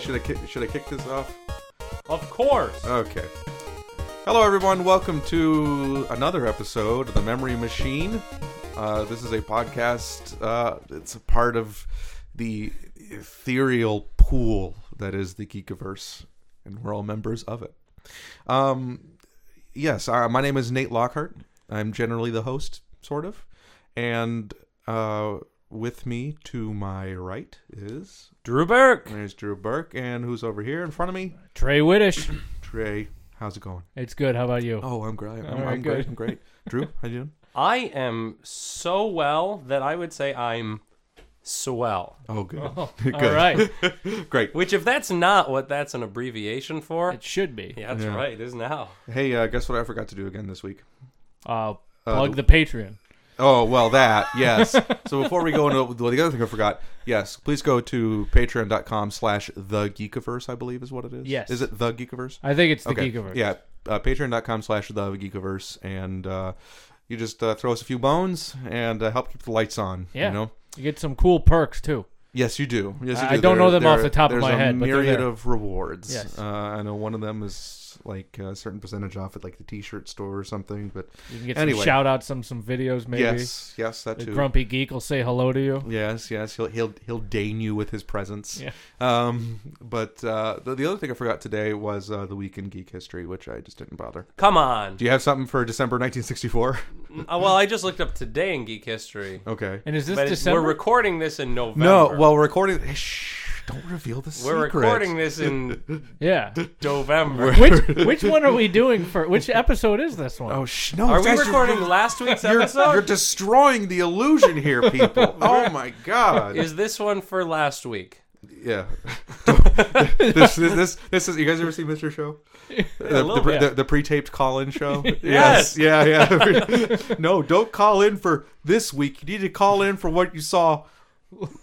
Should I kick, should I kick this off? Of course. Okay. Hello, everyone. Welcome to another episode of the Memory Machine. Uh, this is a podcast. Uh, it's a part of the ethereal pool that is the Geekiverse, and we're all members of it. Um, yes, uh, my name is Nate Lockhart. I'm generally the host, sort of, and uh, with me to my right is Drew Burke, there's Drew Burke, and who's over here in front of me? Trey Whittish. Trey. How's it going? It's good. How about you? Oh, I'm great. I'm, All right, I'm great. good. I'm great. Drew, how you doing? I am so well that I would say I'm swell. Oh, good. All right. Great. Which, if that's not what that's an abbreviation for, It should be. yeah, that's Yeah. right. It is now. Hey, uh, guess what I forgot to do again this week? Uh, plug the Patreon. Oh, well, that, yes. so before we go into well, the other thing I forgot, yes, please go to patreon.com slash the Geekiverse, I believe is what it is. Yes. Is it the Geekiverse? I think it's the Okay. Geekiverse. Yeah, uh, patreon.com slash the Geekiverse, and uh, you just uh, throw us a few bones and uh, help keep the lights on, Yeah. you know? You get some cool perks too. Yes, you do. Yes, you I- I do. don't know them off the top of there's my a head, but they're Myriad there. of rewards. Yes. Uh, I know one of them is like a certain percentage off at like the T-shirt store or something. But You can get Anyway. some shout outs, some some videos maybe. yes, yes, that The too. grumpy geek will say hello to you. Yes, yes, he'll he'll he'll deign you with his presence. Yeah. Um, but uh, the, the other thing I forgot today was uh, the week in geek history, which I just didn't bother. Come on. Do you have something for December 1964? Uh, well, I just looked up today in geek history. okay. And is this But it's- December? we're recording this in November. No, well, we're recording. Shh, don't reveal the secret. we're recording this in yeah. November. which which one are we doing for? Which episode is this one? Oh sh! No, Are we guys, you're- recording last week's You're, you're episode? destroying the illusion here, people. Oh my god! Is this one for last week? Yeah. this, this, this, this is. You guys ever see Mr. Show? The, little the, pre- bit. the, the pre-taped call-in show. Yes. Yeah. Yeah. no, don't call in for this week. You need to call in for what you saw,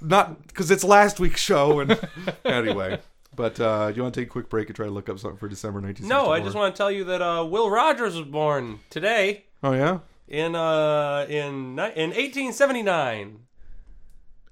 not because it's last week's show. And anyway, but uh, you want to take a quick break and try to look up something for December 1964? No, I just want to tell you that uh, Will Rogers was born today. Oh yeah. in uh in ni- in 1879.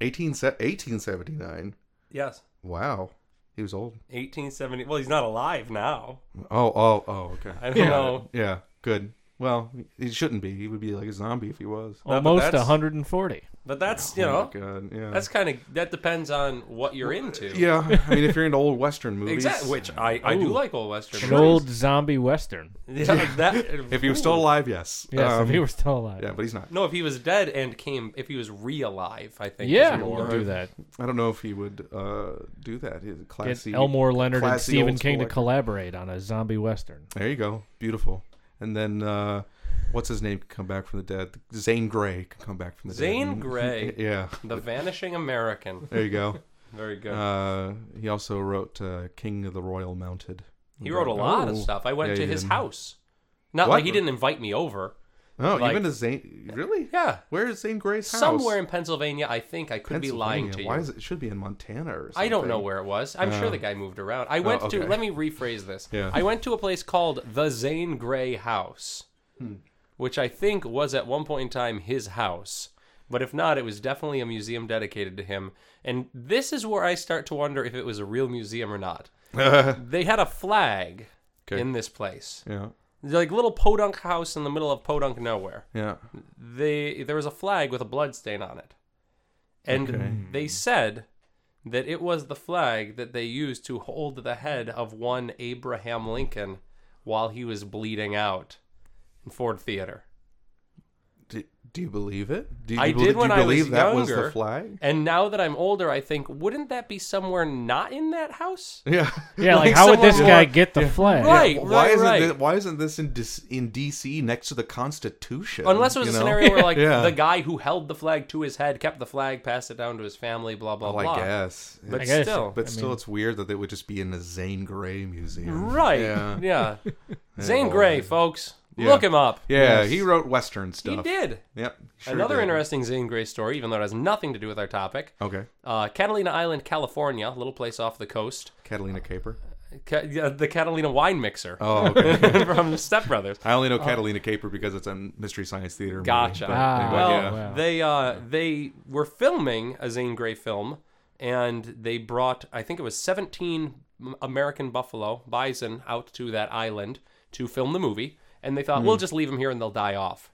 18, se- 1879. Yes, Wow. He was old. 1870. Well, he's not alive now. Oh, oh, oh, okay. I don't know. Yeah, good. Well, he shouldn't be. He would be like a zombie if he was. but Almost that's- 140. But that's, you Oh know, my God, yeah. that's kind of that depends on what you're into. yeah. I mean, if you're into old western movies, Exactly, which I, I do like old western. An old zombie western. movies. Yeah, that, if he was still alive, yes. Yes, Um, if he were still alive. yeah, but he's not. no, if he was dead and came, if he was re-alive, I think. is Yeah, more. we'll do that. I don't know if he would uh, do that. He's a Get classy. Elmore Leonard and classy Stephen old King to school- collaborate on a zombie western. There you go. Beautiful. And then uh, what's his name can come back from the dead? Zane Grey can come back from the dead. Mm, Zane Grey, Yeah. the Vanishing American. There you go. Very good. Uh, he also wrote uh, King of the Royal Mounted. he wrote a lot of oh. stuff. I went Yeah, to he his did. house. Not What? like he didn't invite me over. Oh, Like- even a Zane. Really? Yeah, Where is Zane Grey's house? somewhere in Pennsylvania. I think I could be lying Pennsylvania. to you. Why is it, it should be in Montana or something? Oh. I don't know where it was. I'm sure the guy moved around. I went to. okay. Let me rephrase this. Yeah. I went to a place called the Zane Grey House, Hmm. which I think was at one point in time his house. But if not, it was definitely a museum dedicated to him. And this is where I start to wonder if it was a real museum or not. they had a flag Okay. in this place, Yeah, like little podunk house in the middle of podunk nowhere yeah. they there was a flag with a blood stain on it and they said that it was the flag that they used to hold the head of one abraham lincoln while he was bleeding out in ford theater Do, do you believe it? Do you, I bel- did do when you I was believe that was the younger. flag? and now that i'm older i think wouldn't that be somewhere not in that house Yeah. Yeah, like, Like how would this someone- guy get the flag? right why right, isn't right. This, why isn't this in D- in D.C. next to the Constitution? Unless it was you a know? scenario where, like, Yeah. the guy who held the flag to his head kept the flag, passed it down to his family, blah blah Oh, blah. I guess. But It's- guess. still, but still, it's weird that they would just be in the Zane Grey museum. Right. Yeah. Yeah. Zane well, Grey, folks. Look him up. Yeah, he wrote Western He stuff. did. Yep. sure Another did. interesting Zane Grey story, even though it has nothing to do with our topic. Okay, Uh, Catalina Island, California, a little place off the coast. Catalina Caper. Ca- yeah, the Catalina wine mixer Oh, okay. from Step Brothers. I only know Catalina Caper because it's on Mystery Science Theater. movie, Oh. Gotcha. Oh. but Ah, anyway, Well, yeah. wow. they uh, they were filming a Zane Grey film, and they brought I think it was 17 m- American buffalo bison out to that island to film the movie, and they thought Hmm. we'll just leave them here and they'll die off.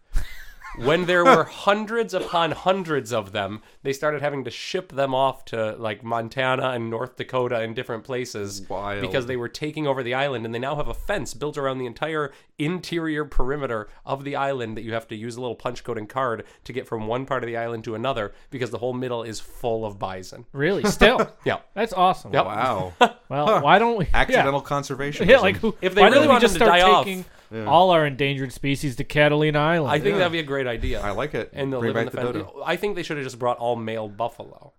when there were hundreds upon hundreds of them, they started having to ship them off to like Montana and North Dakota and different places Wild. because they were taking over the island and they now have a fence built around the entire interior perimeter of the island that you have to use a little punch code and card to get from one part of the island to another because the whole middle is full of bison. Really? Still. Yeah. That's awesome. Yep. Wow. Well, why don't we? Accidental conservation. Yeah, yeah like who, If they why really don't we wanted just to start die off. taking all our endangered species to Catalina Island? I think that'd be a great idea. I like it. and they'll Bring live in the back fence. dodo. I think they should have just brought all male buffalo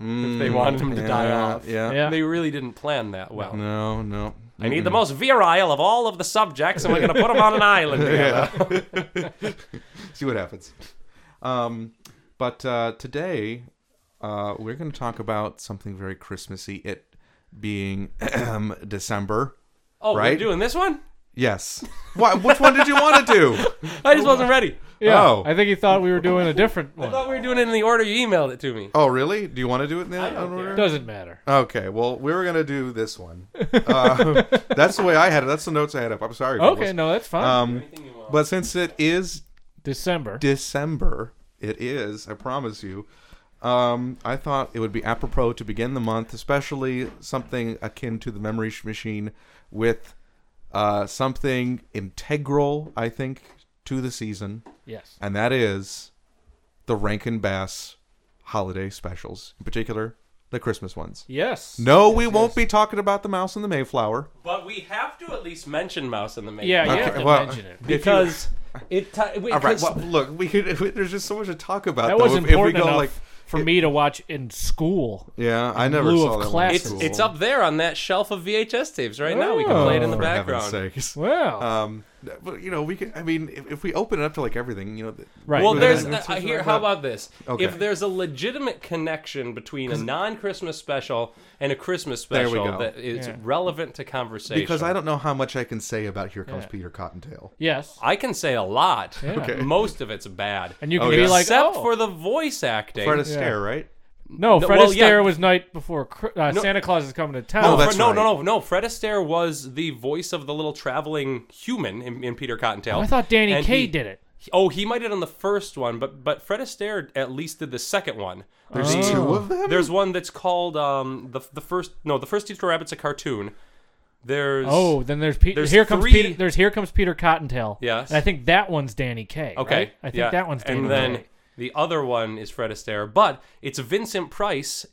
if they wanted them to die Mm, Yeah, off. Yeah. Yeah. They really didn't plan that well. No, no. I need the Mm-hmm. most virile of all of the subjects, and we're going to put them on an island together. See what happens. Um, but uh, today uh, we're going to talk about something very Christmassy. It being December. Oh, Right? we're doing this one? Yes. Why, which one did you want to do? I just wasn't ready. Yeah, Oh. I think he thought we were doing a different I one. thought we were doing it in the order you emailed it to me. Oh, really? Do you want to do it in that don't order? Doesn't matter. Okay, well, we were gonna do this one. Uh, that's the way I had it. That's the notes I had up. I'm sorry. Okay, fellas. no, that's fine. Um, but since it is December. December, it is. I promise you. Um, I thought it would be apropos to begin the month, especially something akin to the memory sh- machine, with uh, something integral, I think, to the season, yes. and that is the Rankin Bass holiday specials, in particular the Christmas ones. Yes. No, we won't be talking about the Mouse and the Mayflower. But we have to at least mention Mouse in the Matrix. Yeah, you Okay, have to well, mention it. if you- Because it. T- wait, All right. 'cause- Well, look, we could. there's just so much to talk about. That though, was if- if, important we go enough like, for me to watch in school. yeah, I never lieu saw of that. class. it's, One. it's up there on that shelf of VHS tapes right now. We can play it in the Oh. For heaven's background. sakes. Wow. Um, but you know, we could. I mean, if, if we open it up to like everything, you know, th- Right. Well, Yeah, there's that's uh, what here. I How thought. about this? Okay. If there's a legitimate connection between a non-Christmas special and a Christmas There we special go. that is Yeah. relevant to conversation, because I don't know how much I can say about "Here Comes Yeah. Peter Cottontail." yes. I can say a lot. Okay. Most of it's bad, And you Oh, can be yeah. like, except oh. for the voice acting. Fred No, Astaire, right? no, No, Fred well, Astaire yeah. was night before Cri- uh, Santa Claus is coming to town. Oh, Fre- that's no, no, right. no, no. Fred Astaire was the voice of the little traveling human in, in Peter Cottontail. Oh, I thought Danny And Kaye he- did it. Oh, he might have done the first one, but but Fred Astaire at least did the second one. Um, There's two of them. There's one that's called um the the first no the first Teacher Rabbit's a cartoon. There's Oh, then there's, Pe- There's here comes three- Peter. There's here comes Peter Cottontail. Yes. and I think that one's Danny Kaye. okay right? I think yeah. that one's Danny. and then Kaye. the other one is Fred Astaire, but it's Vincent Price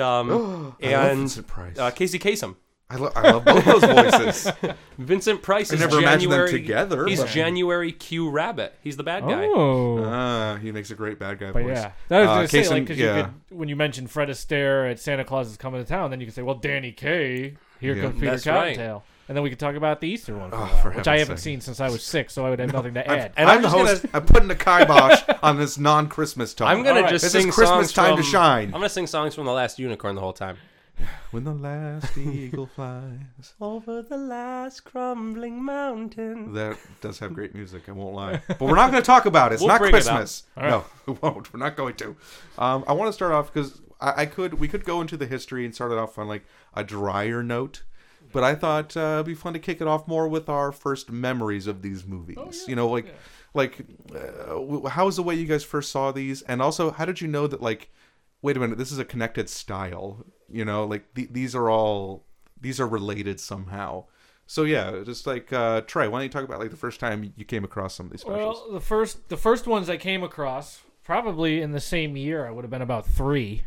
um and Vincent Price. Uh, Casey Kasem. I, lo- I love both those voices. Vincent Price is never imagined them January together, He's but- January Q Rabbit. He's the bad guy. Oh, Ah, he makes a great bad guy but voice. yeah, that was Uh, gonna say Kasem- like because yeah. you could when you mentioned Fred Astaire at Santa Claus is coming to town, then you can say, well, Danny Kaye. Here Yeah. comes Peter That's right. Cottontail, and then we could talk about the Easter one, for a Oh, while, for which heaven's I haven't sake. seen since I was six, so I would have nothing to add. And I'm, I'm the just gonna- host. I'm putting a kibosh on this non-Christmas talk. I'm gonna All right. just This is sing Christmas songs time to from- shine. I'm gonna sing songs from the Last Unicorn the whole time. When the last eagle flies, Over the last crumbling mountain. that does have great music. I won't lie, but we're not going to talk about it. It's We'll not bring it up. Christmas. No, we won't. We're not going to. Um, I want to start off because I, I could. We could go into the history and start it off on like a drier note, but I thought uh, it'd be fun to kick it off more with our first memories of these movies. You know, like like uh, w- how was the way you guys first saw these, and also how did you know that like wait a minute, this is a connected style. You know, like th- these are all these are related somehow. So yeah, just like uh, Trey, why don't you talk about like the first time you came across some of these specials? Well, the first the first ones I came across probably in the same year. I would have been about three.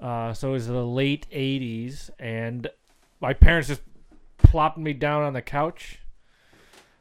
Uh, so it was the late '80s, and my parents just plopped me down on the couch,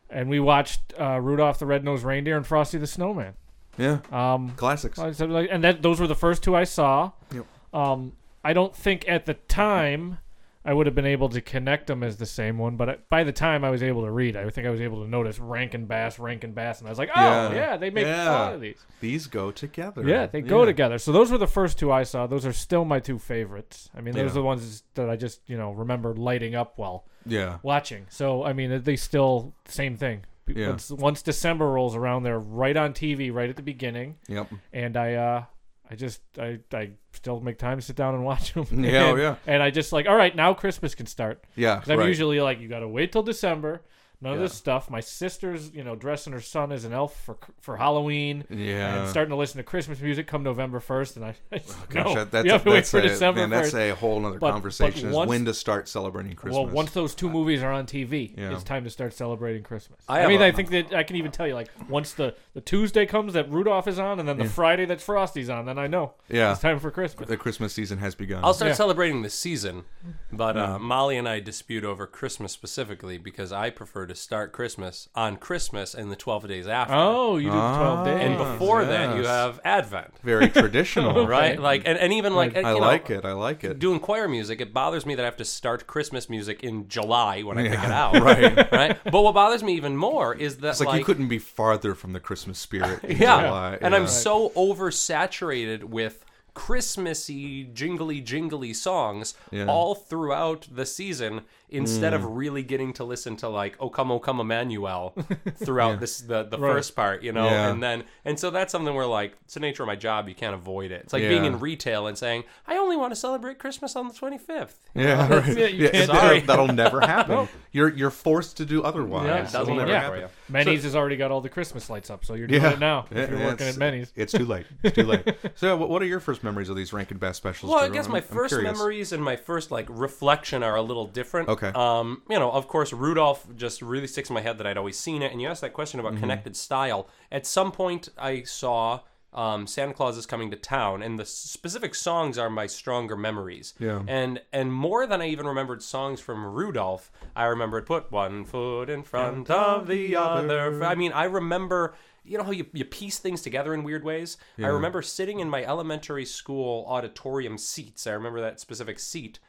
and we watched uh, Rudolph the Red-Nosed Reindeer and Frosty the Snowman. yeah, Um, classics. I said, like- and that those were the first two I saw. Yep. Um, I don't think at the time I would have been able to connect them as the same one, but I, by the time I was able to read, I think I was able to notice Rankin Bass, Rankin Bass, and I was like, oh Yeah. yeah, they make Yeah. fun of these. These go together. Yeah, they go together. So those were the first two I saw. Those are still my two favorites. I mean, those Yeah. are the ones that I just you know remember lighting up while Yeah, watching. So I mean, they still same thing. Yeah. Once, once December rolls around, they're right on TV right at the beginning yep. and I uh, I just I I still make time to sit down and watch them. Yeah, oh, And- yeah. And I just like, all right, now Christmas can start. Yeah, 'Cause I'm right. usually like, you got to wait till December. None of Yeah. this stuff. My sister's, you know, dressing her son as an elf for for Halloween. yeah. Oh, And starting to listen to Christmas music come November first, and I, I just, Gosh, no, that- that's you a, have to wait that's for a- December man, that's 1st. a whole other But- but conversation is once- when to start celebrating Christmas. Uh, Well, once those two movies are on TV, Yeah. it's time to start celebrating Christmas. I I, have mean, a- I think that I can even tell you, like, once the, the Tuesday comes that Rudolph is on, and then the Friday that Frosty's on, then I know yeah, it's time for Christmas. the Christmas season has begun. I'll start Yeah. celebrating the season, but Mm. uh, Molly and I dispute over Christmas specifically because I prefer to start Christmas on Christmas and the 12 days after. Oh, you do the Ah. 12 days. and before that, you yes. have Advent, Very traditional. right? Like, and, and even like, I you know, like it. I like it. Doing choir music, it bothers me that I have to start Christmas music in July when I pick it Yeah, out, right. Right. But what bothers me even more is that It's like, you couldn't be farther from the Christmas spirit. in Yeah. July. And I'm Yeah. so oversaturated with Christmassy, jingly, jingly songs Yeah. Mm. all throughout the season instead of really getting to listen to, like, Oh Come, Oh Come Emmanuel throughout this, the, the first part, you know? Yeah. And then, and so that's something where, like, it's the nature of my job. You can't avoid it. It's like being Yeah. in retail and saying, I only want to celebrate Christmas on the 25th. yeah, right. it, you Yeah, can't- that'll- Sorry. that'll never happen. You're you're forced to do otherwise. Yeah, it It'll doesn't never work happen. for you. Manny's has already got all the Christmas lights up, so you're doing it now. If you're Yeah, working it's- at Manny's, It's too late. It's too late. so, what- what are your first memories of these Rankin Bass specials? Well, I Drew? guess I'm- my I'm first curious. memories and my first like reflection are a little different. Okay. Um, you know, of course, Rudolph just really sticks in my head that I'd always seen it. And you asked that question about connected style. At some point, I saw um, Santa Claus is coming to town, and the specific songs are my stronger memories. Yeah. And and more than I even remembered songs from Rudolph, I remembered put one foot in front of the other. Mm-hmm. I mean, I remember. You know how you, you piece things together in weird ways? I remember sitting in my elementary school auditorium seats. I remember that specific seat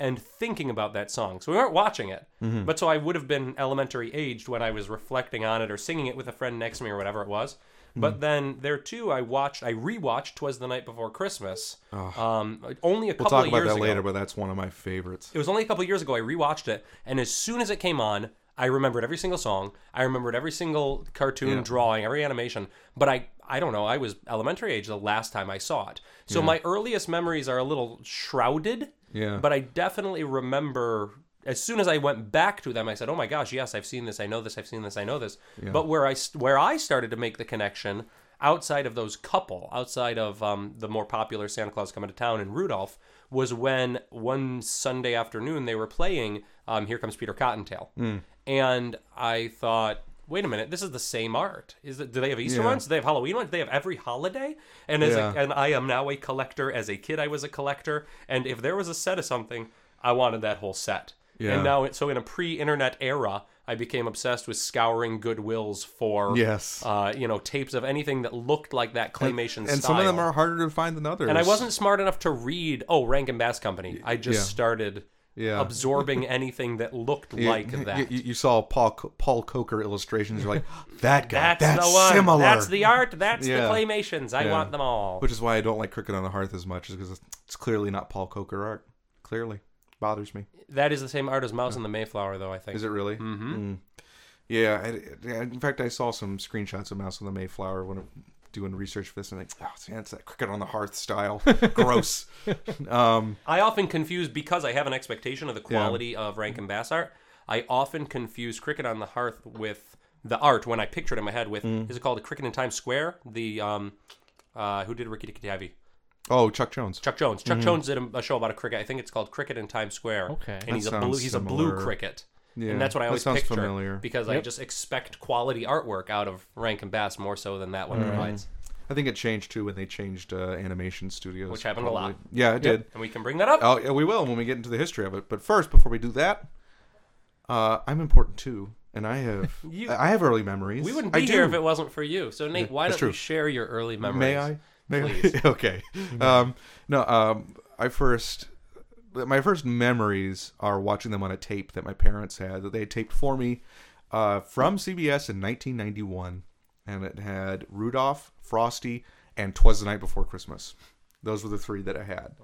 and thinking about that song. So we weren't watching it, Mm-hmm. but so I would have been elementary aged when I was reflecting on it or singing it with a friend next to me or whatever it was. Mm-hmm. But then there too, I watched, I rewatched "Twas the Night Before Christmas." Um, only a We'll couple talk of about years that ago. later, but that's one of my favorites. It was only a couple years ago I rewatched it, and as soon as it came on, I remembered every single song. I remembered every single cartoon drawing, every animation. But I, I don't know. I was elementary age the last time I saw it, so my earliest memories are a little shrouded. Yeah. But I definitely remember. As soon as I went back to them, I said, "Oh my gosh, yes, I've seen this. I know this. I've seen this. I know this." But where I st- where I started to make the connection outside of those couple, outside of um, the more popular Santa Claus Coming to Town and Rudolph, was when one Sunday afternoon they were playing um, Here Comes Peter Cottontail. Hmm. And I thought, wait a minute, this is the same art. Is it, Do they have Easter Yeah. ones? Do they have Halloween ones? Do they have every holiday? And as Yeah. a, and I am now a collector. As a kid, I was a collector. And if there was a set of something, I wanted that whole set. Yeah. And now, so in a pre-internet era, I became obsessed with scouring Goodwills for Yes. uh, you know, tapes of anything that looked like that claymation and style. some of them are harder to find than others. And I wasn't smart enough to read. Oh, Rankin Bass Company. I just yeah. started Yeah. absorbing anything that looked You- like you- that. You, you saw Paul Co- Paul Coker illustrations. You're like that guy. that's, That's, the one. similar. That's the art. That's Yeah. the claymations. I Yeah. want them all. Which is why I don't like Cricket on the Hearth as much, is because it's clearly not Paul Coker art. Clearly, bothers me. That is the same art as Mouse and the Mayflower, though. I think. Is it really? Mm-hmm. Yeah, I, yeah, In fact, I saw some screenshots of Mouse on the Mayflower when I'm doing research for this, and I'm like, oh, man, it's that cricket on the hearth style. Gross. um, I often confuse because I have an expectation of the quality of Rankin Bass art. I often confuse Cricket on the Hearth with the art when I picture it in my head with Mm. is it called a Cricket in Times Square? The um, uh, who did Ricky Tikki Tavi? oh, Chuck Jones. Chuck Jones. Chuck Mm-hmm. Jones did a, a show about a cricket. I think it's called Cricket in Times Square. Okay. and he's a sounds blue. He's a blue similar. cricket. Yeah, and that's what I that always sounds picture familiar. because I just expect quality artwork out of Rankin Bass more so than that one Mm-hmm. provides. I think it changed too when they changed uh, animation studios, Which happened a lot. Yeah, it did. And we can bring that up. Oh, yeah, we will when we get into the history of it. But first, before we do that, uh, I'm important too, and I have You- I have early memories. we wouldn't I be here do. if it wasn't for you. So Nate, why that's don't you true. share your early memories? May I? May I? okay. Um, no, um, I first my first memories are watching them on a tape that my parents had that they had taped for me uh, from CBS in 1991, and it had Rudolph, Frosty, and Twas the Night Before Christmas. Those were the three that I had.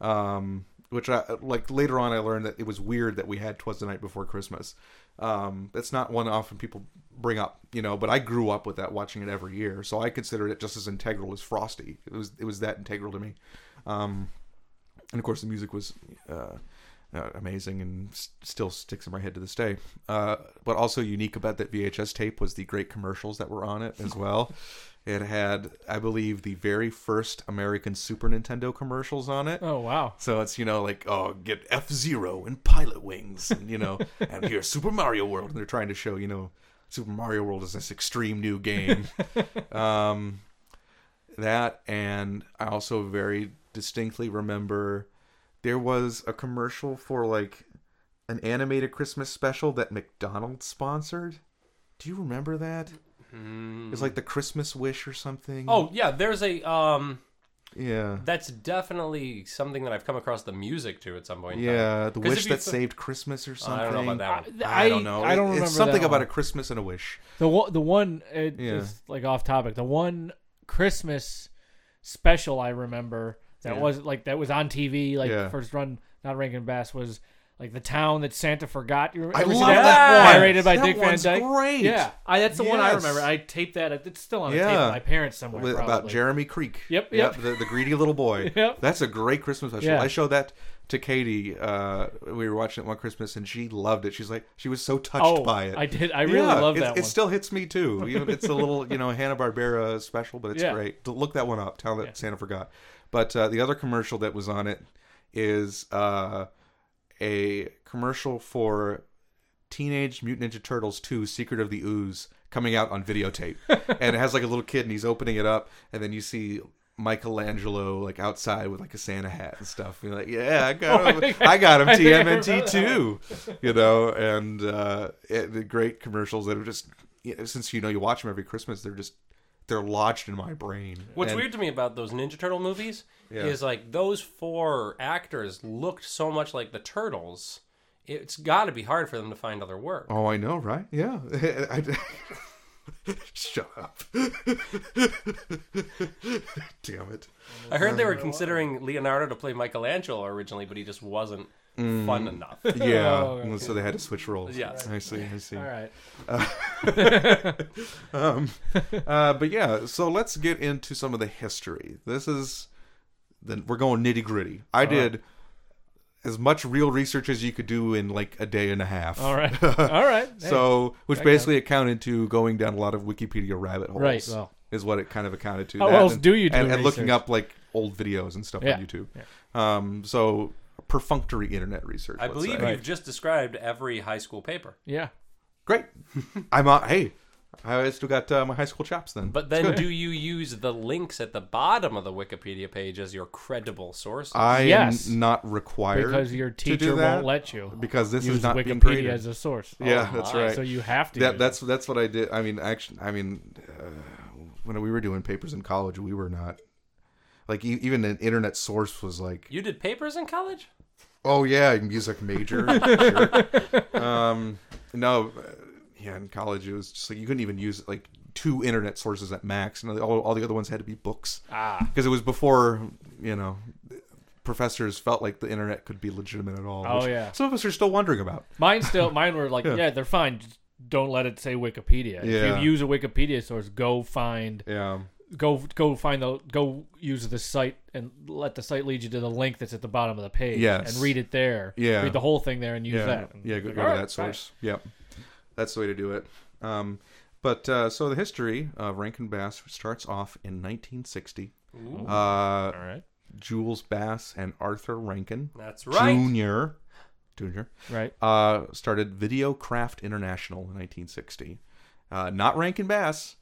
Um, which I like later on I learned that it was weird that we had Twas the Night Before Christmas. Um, it's not one often people bring up, you know, but I grew up with that watching it every year, so I considered it just as integral as Frosty. It was it was that integral to me. Um, and of course the music was uh, uh, amazing and s- still sticks in my head to this day. Uh, but also unique about that VHS tape was the great commercials that were on it as well. It had, I believe, the very first American Super Nintendo commercials on it. Oh wow. So it's you know like oh get F Zero and Pilot Wings and you know and here's Super Mario World and they're trying to show you know Super Mario World is this extreme new game. um, that and I also very distinctly remember there was a commercial for like an animated Christmas special that McDonald's sponsored. Do you remember that? It's like the Christmas Wish or something. Hmm. Oh yeah, there's a um. yeah, That's definitely something that I've come across the music to at some point. in time. yeah, the 'Cause if wish you that th- saved Christmas or something. I don't know about that I, one. I don't know. I Oh, It- don't remember It's something that about one. a Christmas and a wish. The one, the one, it, Yeah. it's like off topic. The one Christmas special I remember that Yeah. was like that was on TV, like Yeah. first run, not Rankin Bass was like the town that Santa forgot. You remember- I ever see love that one. Narrated by That Dick one's Van Dyke. great. Yeah, I, that's the one I Yes. remember. I taped that. At, it's still on a tape Yeah. at my parents somewhere. With- probably. about Jeremy Creek. Yep, yep. the, the greedy little boy. Yep. That's a great Christmas special. Yeah. I showed that to Katie. Uh, we were watching it one Christmas, and she loved it. She's like, she was so touched Oh, by it. I did. I really Yeah, love it, that It one. still hits me too. You know, it's a little, you know, Hanna Barbera special, but it's Yeah. great. Look that one up. Tell that Santa forgot. But uh, the other commercial that was on it is uh, a commercial for Teenage Mutant Ninja Turtles 2 Secret of the Ooze coming out on videotape. and it has like a little kid and he's opening it up and then you see Michelangelo like outside with like a Santa hat and stuff. You're like, yeah, I got him. I, got him Oh I think TMNT I remember that too. You know, and uh, it, the great commercials that are just you know, since you know you watch them every Christmas, they're just they're lodged in my brain. What's And- weird to me about those Ninja Turtle movies Yeah. is like those four actors looked so much like the turtles. It's got to be hard for them to find other work. Oh, I know, right? Yeah. I- Shut up. Damn it. I heard they were considering Leonardo to play Michelangelo originally, but he just wasn't Mm. fun enough. Yeah. Oh, okay. So they had to switch roles. Yes. I see. I see. All right. Um, uh, but yeah, so let's get into some of the history. This is then we're going nitty gritty. I did as much real research as you could do in like a day and a half. All right. All right. Hey. So, which that basically accounted to going down a lot of Wikipedia rabbit holes, Right, well. is what it kind of accounted to. How That else and, do you do and, and looking research? up like old videos and stuff Yeah, on YouTube. Um, so perfunctory internet research. I let's believe say. you've just described every high school paper. yeah. Great. I'm on. Hey, I still got uh, my high school chops then. But then, do you use the links at the bottom of the Wikipedia page as your credible source? I Yes. am not required Because your to do teacher that won't let you because this use is not being Wikipedia graded. as a source. yeah, Oh that's my. right. So you have to. that, use that's that's what I did. I mean, actually, I mean, uh, when we were doing papers in college, we were not like e- even an internet source was like, you did papers in college? oh yeah, music major. Jerk. um, no, uh, yeah, in college it was just like you couldn't even use like two internet sources at max, and all, all the other ones had to be books. Ah. because it was before you know professors felt like the internet could be legitimate at all. Oh, which yeah. some of us are still wondering about. Mine still, mine were like, Yeah. yeah. they're fine. Just don't let it say Wikipedia. Yeah. If you use a Wikipedia source, go find, Yeah, go, go find the, go use the site and let the site lead you to the link that's at the bottom of the page. Yes. And read it there. Yeah. Read the whole thing there and use yeah, that. And yeah. Go, like, go all to right, that fine. source. Yep, that's the way to do it. Um, but uh, so the history of Rankin Bass starts off in 1960. Uh, All right. Jules Bass and Arthur Rankin That's right. Junior, Junior, Right. uh, started Videocraft International in 1960. Uh, not Rankin Bass,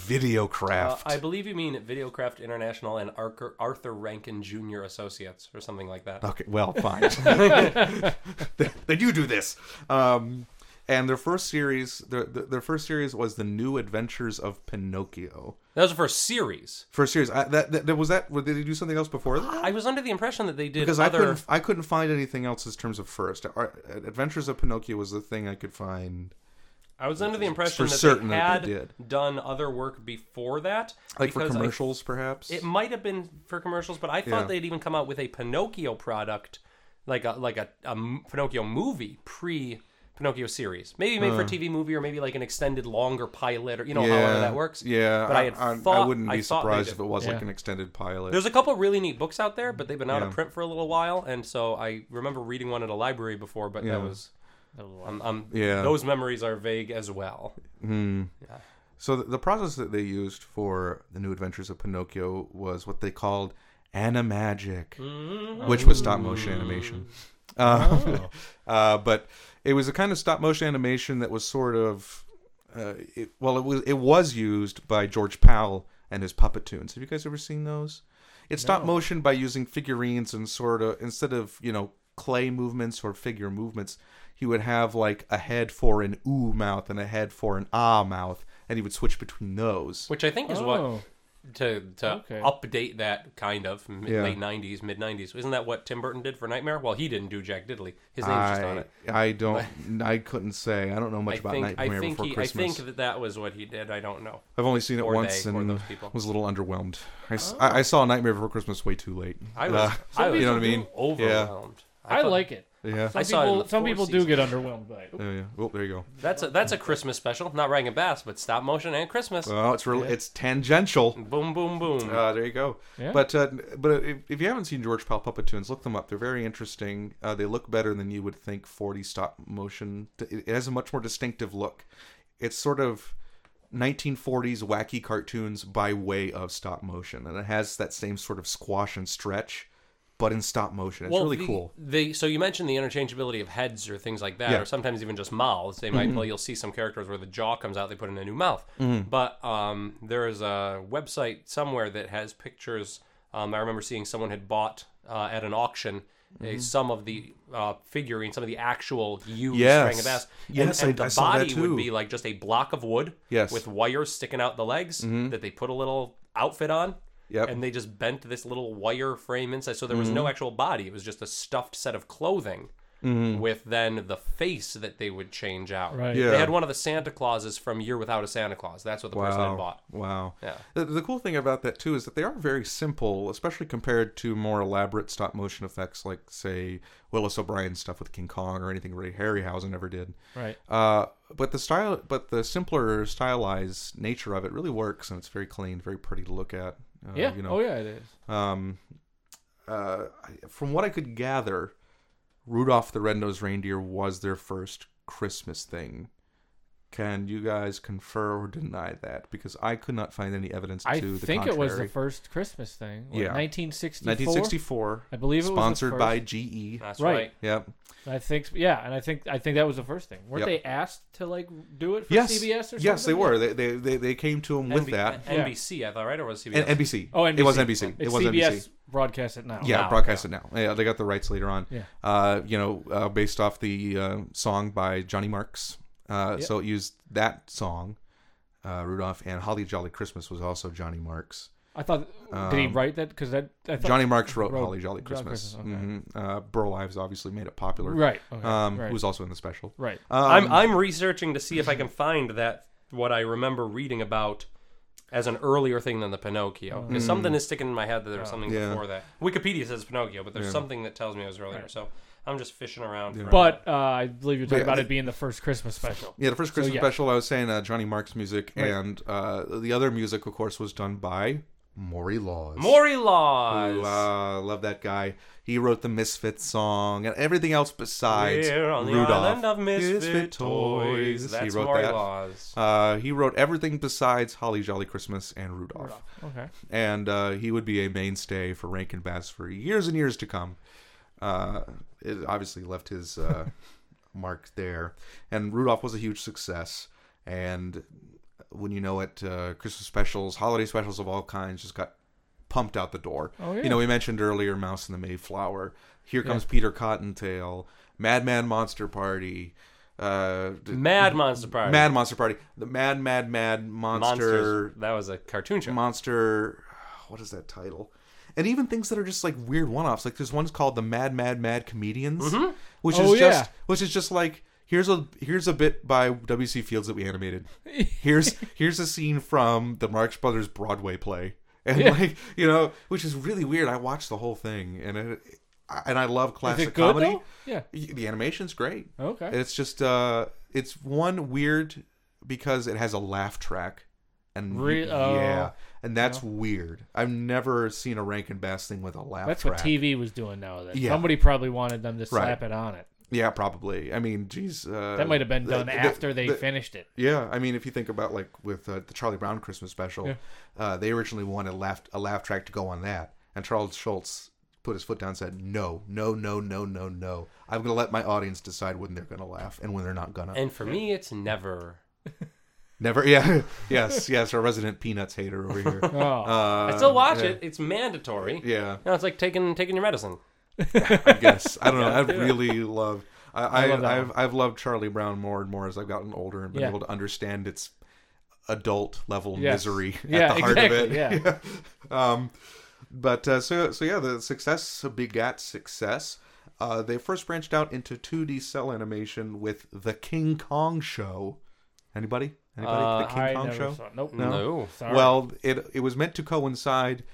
Uh, Videocraft. I believe you mean Videocraft International and Arthur, Arthur Rankin Jr. Associates or something like that. Okay, well, fine. then you do this. Um, and their first series, their, their first series was the New Adventures of Pinocchio. That was the first series. First series. I, that, that was that. Did they do something else before that? I was under the impression that they did Because I other. couldn't, I couldn't find anything else in terms of first. Ar- Adventures of Pinocchio was the thing I could find. I, was under the for impression that certain they that had they done other work before that, Like for because I- commercials, perhaps. it might have been for commercials, but I thought Yeah. they'd even come out with a Pinocchio product like a like a, a m- Pinocchio movie pre Pinocchio series, maybe made for a TV movie or maybe like an extended longer pilot or you know however that works. Uh. Yeah, but I, had I, thought, wouldn't be I thought they surprised did. if it was like Yeah. an extended pilot. There's a couple really neat books out there, but they've been out of Yeah. print for a little while, and so I remember reading one at a library before, but Yeah. that was um, um, Yeah. those memories are vague as well. So the, the process that they used for the New Adventures of Pinocchio was what they called animagic, Mm. which was stop motion animation. Uh, Oh. uh, but it was a kind of stop motion animation that was sort of, uh, it, well, it was it was used by George Powell and his puppet tunes. Have you guys ever seen those? It's stop motion by using figurines and sort of instead of you know clay movements or figure movements, he would have like a head for an ooh mouth and a head for an ah mouth, and he would switch between those. Which I think is Oh. what to to Okay. update that kind of m Yeah. late '90s, mid '90s. Isn't that what Tim Burton did for Nightmare? Well, he didn't do Jack Diddley. His name's just on I, it. I don't I couldn't say I don't know much I about think Nightmare I think Before he, I Christmas. think that that was what he did. I don't know. I've only seen it or once they, or and those people. was a little underwhelmed. I, s- I- I saw Nightmare Before Christmas way too late. I was, Uh, I was you know what I mean? Yeah, overwhelmed. I thought- like it. yeah. Some I saw it in people, the some fourth people do season. get underwhelmed by it. Yeah, yeah. Oh, there you go. that's a that's a Christmas special. Not Rag and Bass, but stop motion and Christmas. Well, it's really it's tangential. boom, boom, boom. Uh, there you go. Yeah. But uh, but if, if you haven't seen George Pal puppet tunes, look them up. They're very interesting. Uh, they look better than you would think. Forty stop motion. It it has a much more distinctive look. It's sort of 1940s wacky cartoons by way of stop motion, and it has that same sort of squash and stretch, but in stop motion. It's really the, cool. They so you mentioned the interchangeability of heads or things like that, Yeah. Mm-hmm. or sometimes even just mouths. They might well you'll see some characters where the jaw comes out, they put in a new mouth. But um, there is a website somewhere that has pictures. Um, I remember seeing someone had bought uh, at an auction. Mm-hmm. a Some of the uh, figurine, some of the actual used Yes. string of bass, and, Yes, and I- the I saw that body too. would be like just a block of wood, Yes. Mm-hmm. with wires sticking out the legs that they put a little outfit on, Yep. and they just bent this little wire frame inside. So there was Mm-hmm. no actual body. It was just a stuffed set of clothing with then the face that they would change out. Right. Mm-hmm. Yeah. They had one of the Santa Clauses from Year Without a Santa Claus. That's what the person had bought. Wow. Yeah. The, the cool thing about that too is that they are very simple, especially compared to more elaborate stop motion effects like say Willis O'Brien stuff with King Kong or anything Ray Harryhausen ever did. Right. Uh, but the style, but the simpler stylized nature of it really works, and it's very clean, very pretty to look at. Uh, Yeah. You know. Oh yeah, it is. Um, uh, I- from what I could gather, Rudolph the Red-Nosed Reindeer was their first Christmas thing. Can you guys confer or deny that? Because I could not find any evidence I to the think it contrary. was the first Christmas thing. What, Yeah. 1964. 1964, I believe it was the sponsored first. Uh, by GE. That's Right. right. Yep. I think yeah, and I think I think that was the first thing. Weren't Yep. they asked to like do it for Yes. CBS or something? yes, they were. Yeah. They, they they they came to him with NB- that. Yeah. NBC, I thought, right? Or was it CBS? And NBC. Oh, It was NBC. NBC. It's it was CBS NBC. broadcast it now. Yeah, Now, broadcast it now. Yeah, they got the rights later on. Oh, Yeah. Uh, you know, uh, based off the uh, song by Johnny Marks. Uh, So it used that song, uh, Rudolph, and Holly Jolly Christmas was also Johnny Marks. I thought did he write that because that I thought, Um, Johnny Marks wrote, wrote Holly Jolly Jolly Christmas. Christmas, okay. Mhm. uh, Burl Ives obviously made it popular. right okay, Um, right Who was also in the special. right um, I'm I'm researching to see if I can find that what I remember reading about as an earlier thing than the Pinocchio Mm. because something is sticking in my head that there was something Mm. Yeah. before that. Wikipedia says Pinocchio, but there's something that tells me it was earlier. So I'm just fishing around. for- but uh, I believe you're talking Yeah, about the- it being the first Christmas special Yeah, the first Christmas yeah. special, I was saying uh, Johnny Marks music, and uh, the other music, of course, was done by Maury Laws. Maury Laws. who, uh, love that guy. He wrote the Misfits song and everything else besides We're on the Rudolph. island of misfit, toys. That's he wrote Maury that. Laws. Uh, he wrote everything besides Holly Jolly Christmas and Rudolph. okay And uh, he would be a mainstay for Rankin Bass for years and years to come. Uh, it obviously left his uh, mark there. And Rudolph was a huge success. And when you know it, uh, Christmas specials, holiday specials of all kinds just got pumped out the door. Oh, yeah. You know, we mentioned earlier Mouse and the Mayflower. Here comes Peter Cottontail, Madman Monster Party. Uh, d- Mad Monster Party. Mad Monster Party. The Mad Mad Mad Monster Monsters. That was a cartoon show. Monster what is that title? And even things that are just like weird one-offs. Like there's one's called the Mad Mad Mad Comedians, which Oh, is just yeah. which is just like here's a here's a bit by W.C. Fields that we animated. Here's here's a scene from the Marx Brothers Broadway play. And like, you know, which is really weird. I watched the whole thing and it and I love classic Is it good comedy. though? Yeah. Y- The animation's great. Okay. It's just uh it's one weird because it has a laugh track and Re- oh. yeah, and that's weird. I've never seen a Rankin Bass thing with a laugh That's track. what TV was doing now. That Yeah. somebody probably wanted them to slap it on it. yeah, probably. I mean, geez, uh, That might have been done the- the- after they the- finished it. Yeah, I mean, if you think about like with uh, the Charlie Brown Christmas special, Yeah. uh, they originally wanted laugh, a laugh track to go on that, and Charles Schultz put his foot down and said, "No, no, no, no, no, no. I'm going to let my audience decide when they're going to laugh and when they're not going to." And for me, it's never. Never, yeah, yes, yes, our resident peanuts hater over here. Oh, Uh, I still watch yeah. it. It's mandatory. Yeah, No, it's like taking taking your medicine. I guess I don't know. I really love. I, I, I love that I've I've loved Charlie Brown more and more as I've gotten older and been Yeah. able to understand its adult level Yes. misery Yeah, at the heart of exactly, it. Yeah. um, but uh, so so yeah, the success begat success. Uh, they first branched out into 2D cell animation with the King Kong Show. Anybody? Anybody? Uh, the King I Kong never Show. saw. Nope. No. Sorry. Well, it it was meant to coincide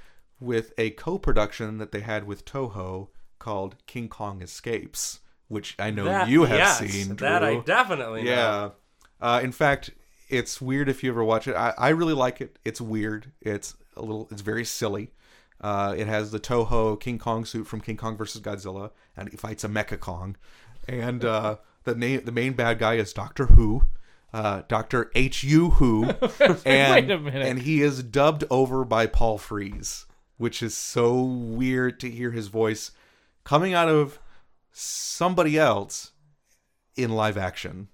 with a co-production that they had with Toho called King Kong Escapes, which I know That- you have yes, seen. Drew. That I definitely know. yeah. Uh, in fact, it's weird if you ever watch it. I, I really like it. It's weird. It's a little. It's very silly. Uh, it has the Toho King Kong suit from King Kong vs Godzilla, and he fights a Mecha Kong. And uh, the name, the main bad guy is Doctor Who, uh, Doctor H U Who, and Wait a minute. and he is dubbed over by Paul Frees, which is so weird to hear his voice coming out of somebody else in live action.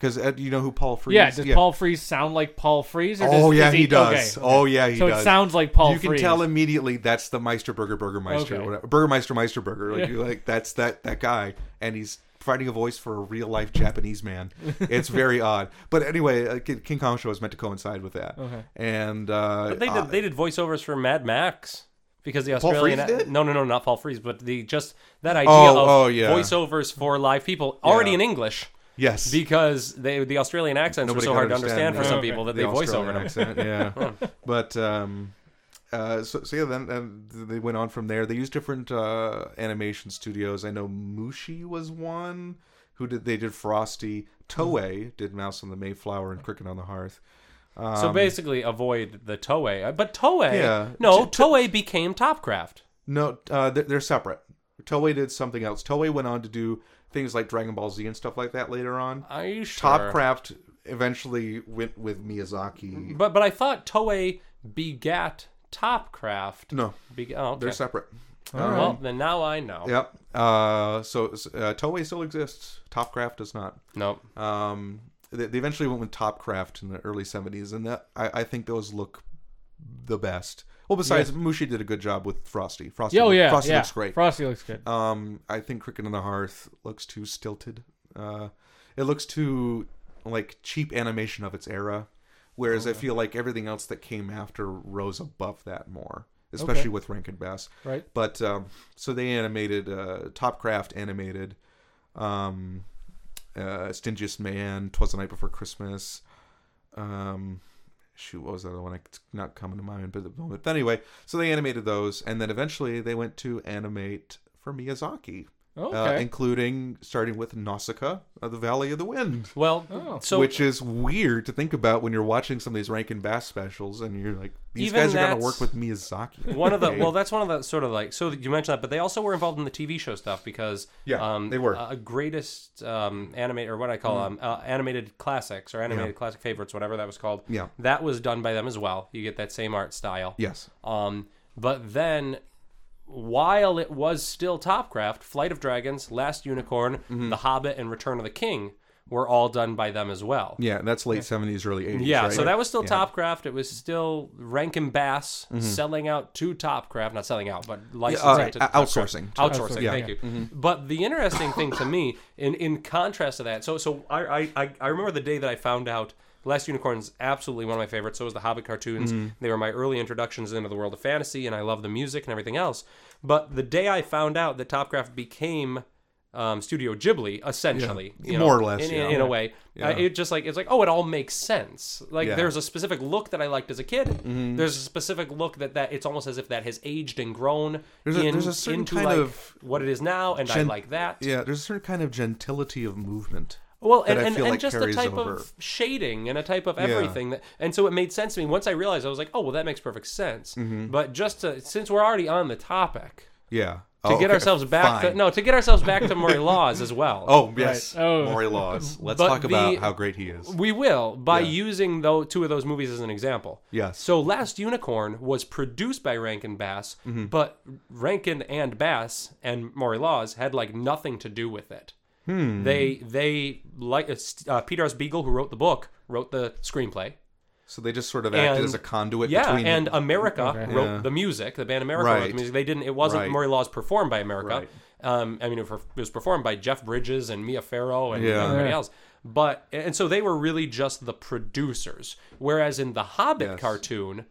Because uh, you know who Paul Frees? Yeah. Does Paul Freeze sound like Paul Freeze? Or does, Oh yeah, is he, does. okay. Oh yeah, he so does. it sounds like Paul you can Freeze. tell immediately that's the Meister Burger Burgermeister, Okay. or whatever, Burgermeister Meister Burger. Like, you're like that's that that guy, and he's providing a voice for a real life Japanese man. It's very odd, but anyway, uh, King King Kong show is meant to coincide with that. Okay. And uh, But they did uh, they did voiceovers for Mad Max because the Paul Australian Frees did? no no no not Paul Freeze but the just that idea Oh, of oh, yeah. voiceovers for live people already Yeah. in English yes, because they the Australian accents Nobody were so could hard to understand understand for that. some Okay. people that the they voice Australian over them. accent, yeah. but um, uh, so, so yeah, then um, they went on from there. They used different uh, animation studios. I know Mushi was one who did. They did Frosty. Toei did Mouse on the Mayflower and Cricket on the Hearth. Hmm. So basically avoid the Toei. Uh, But Toei Um, Yeah. no Toei became Topcraft. No, uh, they're, they're separate. Toei did something else. Toei went on to do things like Dragon Ball Z and stuff like that later on. Are you sure? Topcraft eventually went with Miyazaki. But but I thought Toei begat Topcraft. No, Be- oh, okay. they're separate. Um, well, then now I know. Yep. Uh, so uh, Toei still exists. Topcraft does not. Nope. Um, they, they eventually went with Topcraft in the early '70s, and that I, I think those look the best. Well, besides Mushi did a good job with Frosty. Frosty, Yeah, Oh yeah. Frosty yeah. looks great. Frosty looks good. Um, I think Cricket on the Hearth looks too stilted. Uh, it looks too like cheap animation of its era. Whereas I feel like everything else that came after rose above that more, especially Okay. with Rankin Bass. Right. But um, so they animated uh, Topcraft animated um, uh, Stingiest Man, Twas the Night Before Christmas. Um, shoot, what was the other one? It's not coming to mind, but at the moment. But anyway, so they animated those, and then eventually they went to animate for Miyazaki, Okay. uh, including starting with Nausicaa of the Valley of the Wind. Well, Oh. so which is weird to think about when you're watching some of these Rankin Bass specials, and you're like, these Even guys are going to that's- work with Miyazaki. one of the okay? well that's one of the sort of like so you mentioned that but they also were involved in the tv show stuff because Yeah, um, they were. Mm-hmm. uh, greatest um animate or what i call um, uh, animated classics or animated classic favorites whatever that was called Yeah. that was done by them as well you get that same art style yes, um but then while it was still topcraft flight of dragons last unicorn Mm-hmm. the hobbit and return of the king were all done by them as well yeah, and that's late '70s, early '80s. yeah, right? so that was still Topcraft. It was still Rankin Bass selling out to Topcraft, not selling out, but licensing Mm-hmm. uh, to uh, Topcraft. outsourcing. Outsourcing, Yeah. thank you. Mm-hmm. But the interesting thing to me, in in contrast to that, so so I I- I, I remember the day that I found out Last Unicorn's absolutely one of my favorites. So was the Hobbit cartoons. Mm-hmm. They were my early introductions into the world of fantasy, and I love the music and everything else. But the day I found out that Topcraft became um, Studio Ghibli, essentially, Yeah. you More know, or less, in, yeah. in, in a way. Yeah. Uh, it just like it's like oh, it all makes sense. Like Yeah. Mm-hmm. there's a specific look that I liked as a kid. There's a specific look that that it's almost as if that has aged and grown There's a- in- there's a certain into kind like of what it is now, and I gen- like that. Yeah, there's a certain kind of gentility of movement. Well, that and, I and, feel and like just a carries type over. of shading and a type of everything that, and so it made sense to me. Once I realized, I was like, "Oh, well, that makes perfect sense." Mm-hmm. But just to, since we're already on the topic, Yeah. Oh, to get ourselves back to no, to get ourselves back to Maury Laws as well. Oh yes, Right. Oh. Maury Laws. Let's But talk about the- how great he is. We will by Yeah. using though two of those movies as an example. Yes. So Last Unicorn was produced by Rankin Bass, Mm-hmm. but Rankin and Bass and Maury Laws had like nothing to do with it. Hmm. They they like uh, St- uh, Peter S. Beagle, who wrote the book, wrote the screenplay. So they just sort of acted And- as a conduit Yeah, between and America wrote Yeah. the music. The band America wrote Right. the music. They didn't. It wasn't Right. Murray Law's performed by America. Right. Um, I mean, it was performed by Jeff Bridges and Mia Farrow and Yeah. everybody Yeah. else. But and so they were really just the producers. Whereas in the Hobbit Yes. cartoon,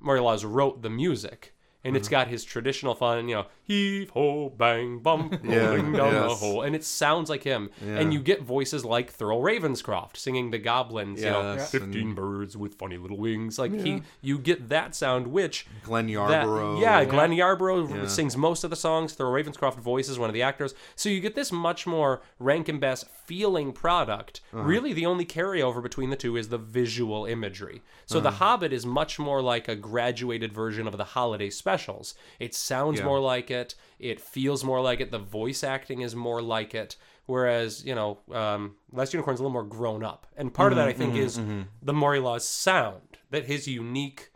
Murray Laws wrote the music. And Mm-hmm. it's got his traditional fun, you know, heave ho bang bump, Yeah, rolling down the yes. hole, and it sounds like him. Yeah. And you get voices like Thurl Ravenscroft singing the goblins, you know, Yes, fifteen birds with funny little wings. Like he, you get that sound, which Glenn that, Yarborough. yeah, Glenn Yarborough Yeah. sings most of the songs. Thurl Ravenscroft voices one of the actors, so you get this much more Rankin Bass feeling product. Uh-huh. Really, the only carryover between the two is the visual imagery. So The Uh-huh. Hobbit is much more like a graduated version of the holiday specials. It sounds Yeah. more like it. It feels more like it. The voice acting is more like it. Whereas, you know, um, Last Unicorn's a little more grown up. And part of that, I Mm-hmm, think, is the Maury Law's sound, that his unique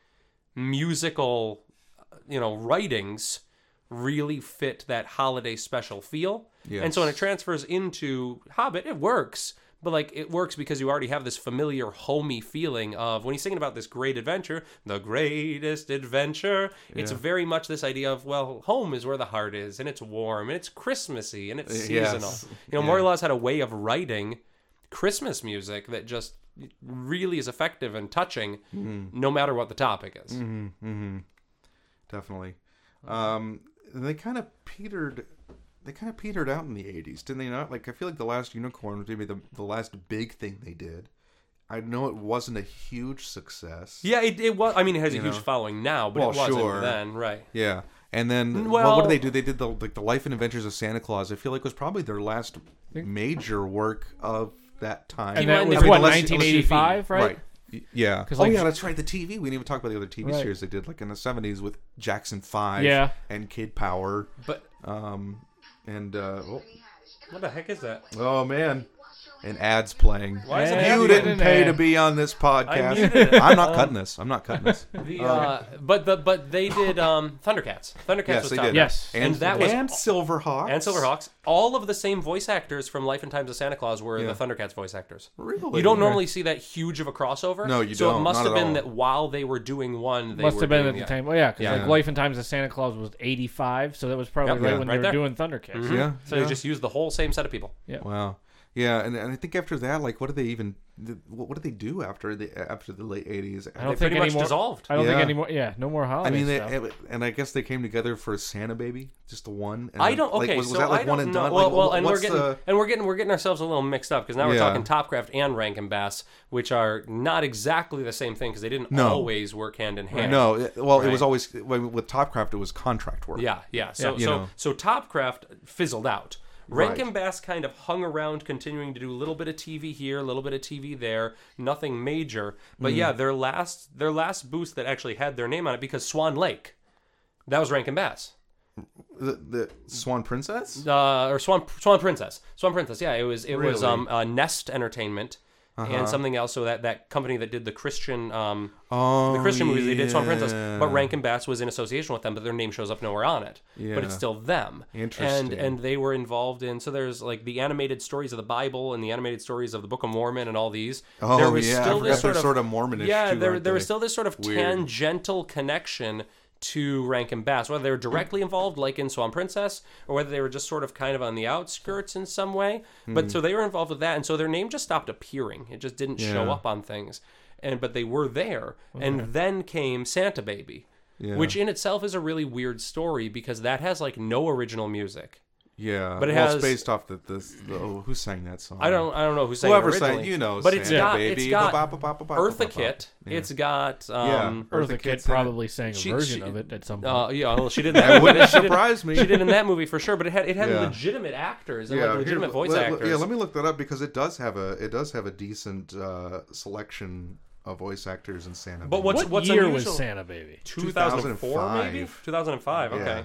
musical, you know, writings really fit that holiday special feel. And so when it transfers into Hobbit, it works. But like it works because you already have this familiar homey feeling of when he's singing about this great adventure, the greatest adventure. It's very much this idea of well, home is where the heart is, and it's warm, and it's Christmassy, and it's yes. seasonal. You know, Yeah. Maury Laws had a way of writing Christmas music that just really is effective and touching, Mm-hmm. no matter what the topic is. definitely. Mm-hmm. Um, they kind of petered. They kind of petered out in the '80s, didn't they? Not like I feel like the last Unicorn was maybe the the last big thing they did. I know it wasn't a huge success. Yeah, it, it was. I mean, it has a huge know? following now, but Well, it wasn't sure. then, right? Yeah. And then Mm, well, what well- did they do? They did the like the Life and Adventures of Santa Claus. I feel like was probably their last major work of that time. And might that need was to what read less- 1985, right? Y- Yeah. Oh like- yeah, that's right. The TV. We didn't even talk about the other TV Right. series they did, like in the seventies with Jackson Five. Yeah. And Kid Power. But Um, and uh, oh, what the heck is that? oh, man, and ads playing. Why is it Yeah, happening? You you didn't didn't pay to add. be on this podcast. muted it. Um, I'm not cutting this. I'm not cutting this. The, uh, but the but they did um, Thundercats. Thundercats yes, was they top did. notch. Yes. and, And that was- and Silverhawks. and Silverhawks. All of the same voice actors from Life and Times of Santa Claus were the Thundercats voice actors. Really? You don't normally see that huge of a crossover. No, you so don't. it must Not have at been all. that while they were doing one, they Must were have been at doing the other. time. Well, yeah, because Yeah. like Life and Times of Santa Claus was '85, so that was probably Yep, right yeah, when right they were there. doing Thundercats. Yeah. So yeah. they just used the whole same set of people. Wow. Yeah, and, and I think after that, like, what do they even? th- What, what did they do after the after the late eighties? I They don't think pretty much anymore. dissolved. I don't Yeah. think anymore. Yeah, no more holiday I mean, they, stuff. it- and I guess they came together for Santa Baby, just the one. And I then, don't. Like, Okay, was, was so that like I don't one and know. done? Well, like, well, and we're what's getting the- and we're getting we're getting ourselves a little mixed up because now we're Yeah. talking Topcraft and Rankin Bass, which are not exactly the same thing because they didn't No. always work hand in hand. no, it- well, it was Right. always well, with Topcraft. It was contract work. Yeah, yeah. So You so know. so Topcraft fizzled out. Rankin Bass kind of hung around, continuing to do a little bit of TV here, a little bit of TV there, nothing major. Mm. But yeah, their last their last boost that actually had their name on it because Swan Lake, that was Rankin Bass. the, the Swan Princess. uh, or Swan Swan Princess. Swan Princess. Yeah, it was it was Really? Uh-huh. um uh, Nest Entertainment and something else. So that that company that did the Christian um Oh, the Christian movies they did Swan Princess, yeah. but Rankin Bass was in association with them, but their name shows up nowhere on it. But Yeah. it's still them. Interesting. And and they were involved in so there's like the animated stories of the Bible and the animated stories of the Book of Mormon and all these. Oh, there was yeah, I still forgot this they're sort of, sort of Mormonish Yeah, too, there aren't there was they? still this sort of Weird. tangential connection to Rankin Bass, whether they were directly involved, like in Swan Princess, or whether they were just sort of kind of on the outskirts in some way. Hmm. But so they were involved with that, and so their name just stopped appearing. It just didn't show Yeah. up on things, and but they were there. And then came Santa Baby, Yeah. which in itself is a really weird story because that has like no original music. Yeah, But it well, has- it's based off the, this. The, oh, who sang that song? I don't I don't know who sang Whoever it sang, originally. you know, but it's Santa got baby. it's got Ba-ba-ba-ba-ba-ba-ba-ba. Eartha Kit. Yeah. It's got um, yeah, Eartha Kitt sang it. probably sang a She- version she- of it at some point. Uh, yeah, well, she did that. Wouldn't she, did, surprise me. she did in that movie for sure, but it had it had Yeah. legitimate actors and like here, legitimate let- voice let- actors. Yeah, let me look that up because it does have a it does have a decent uh, selection of voice actors in Santa. But Baby. what's- what what's year unusual- was Santa Baby? 2004 maybe 2005. 2005 okay Yeah.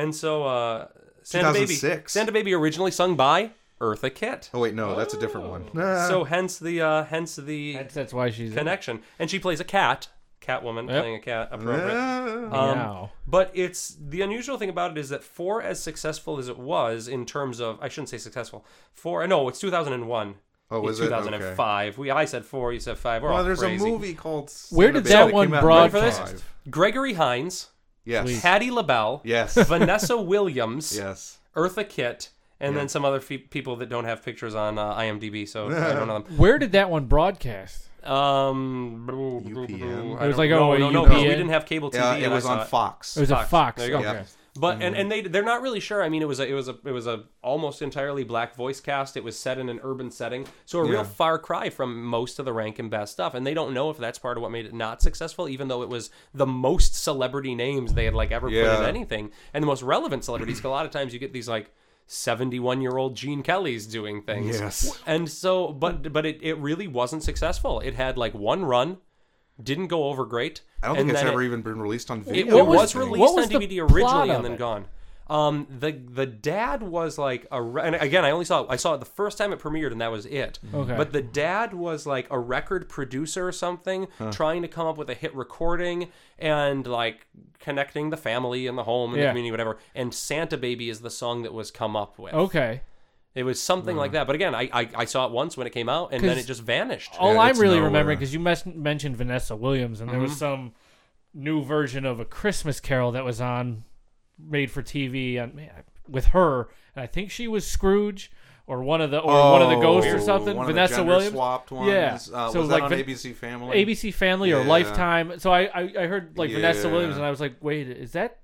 and so uh santa baby 2006. santa baby originally sung by eartha kitt Oh wait, no, that's a different one. Oh. so hence the uh hence the That's, that's why she's in it. connection and she plays a cat catwoman Yep. playing a cat appropriate Ah. Um, Meow. But it's the unusual thing about it is that for as successful as it was in terms of I shouldn't say successful for no it's 2001 Oh, It's is it? Okay. 2005 we I said four you said five we're well, all there's crazy. a movie called. Santa Where did Baby that came one out in Ready broad- for this? 95. Gregory Hines Yes. Hattie LaBelle Yes. Vanessa Williams yes. Eartha Kitt, and then some other fe- people that don't have pictures on uh, IMDb, so I don't know them. Where did that one broadcast? Um, UPN. It was like, oh, no, no, no, UPN? because we didn't have cable TV. Yeah, and it I was saw on Fox. It was a Fox. Fox. There you go. Okay. Yeah. But and, and they they're not really sure. I mean, it was a, it was a it was a almost entirely black voice cast. It was set in an urban setting, so a real Yeah. far cry from most of the rank and best stuff. And they don't know if that's part of what made it not successful, even though it was the most celebrity names they had like ever put Yeah. in anything, and the most relevant celebrities. 'Cause a lot of times you get these like. 71 year old Gene Kelly's doing things. Yes. And so, but, but it, it really wasn't successful. It had like one run, didn't go over great. I don't think it's ever even been released on It, video. it What was, was- released what was on the DVD plot originally of and then it? gone. Um, the the dad was like a re- and again I only saw it, I saw it the first time it premiered and that was it. Mm-hmm. Okay. But the dad was like a record producer or something trying to come up with a hit recording and like connecting the family and the home and the Yeah. community whatever. And Santa Baby is the song that was come up with. Okay. It was something like that. But again, I, I I saw it once when it came out and then 'Cause it just vanished. All Yeah, I'm it's Oh, really nowhere. Mm-hmm. remembering because you mes- mentioned Vanessa Williams, and there was some new version of a Christmas Carol that was on made for TV on man, with her, and I think she was Scrooge or one of the or one of the ghosts or Oh, something. one of the Vanessa gender Williams. Swapped ones. Yeah. Uh, So, was like, that on Van- ABC Family? ABC Family or Yeah. Lifetime. So I, I, I heard like Vanessa Yeah. Williams, and I was like, wait, is that?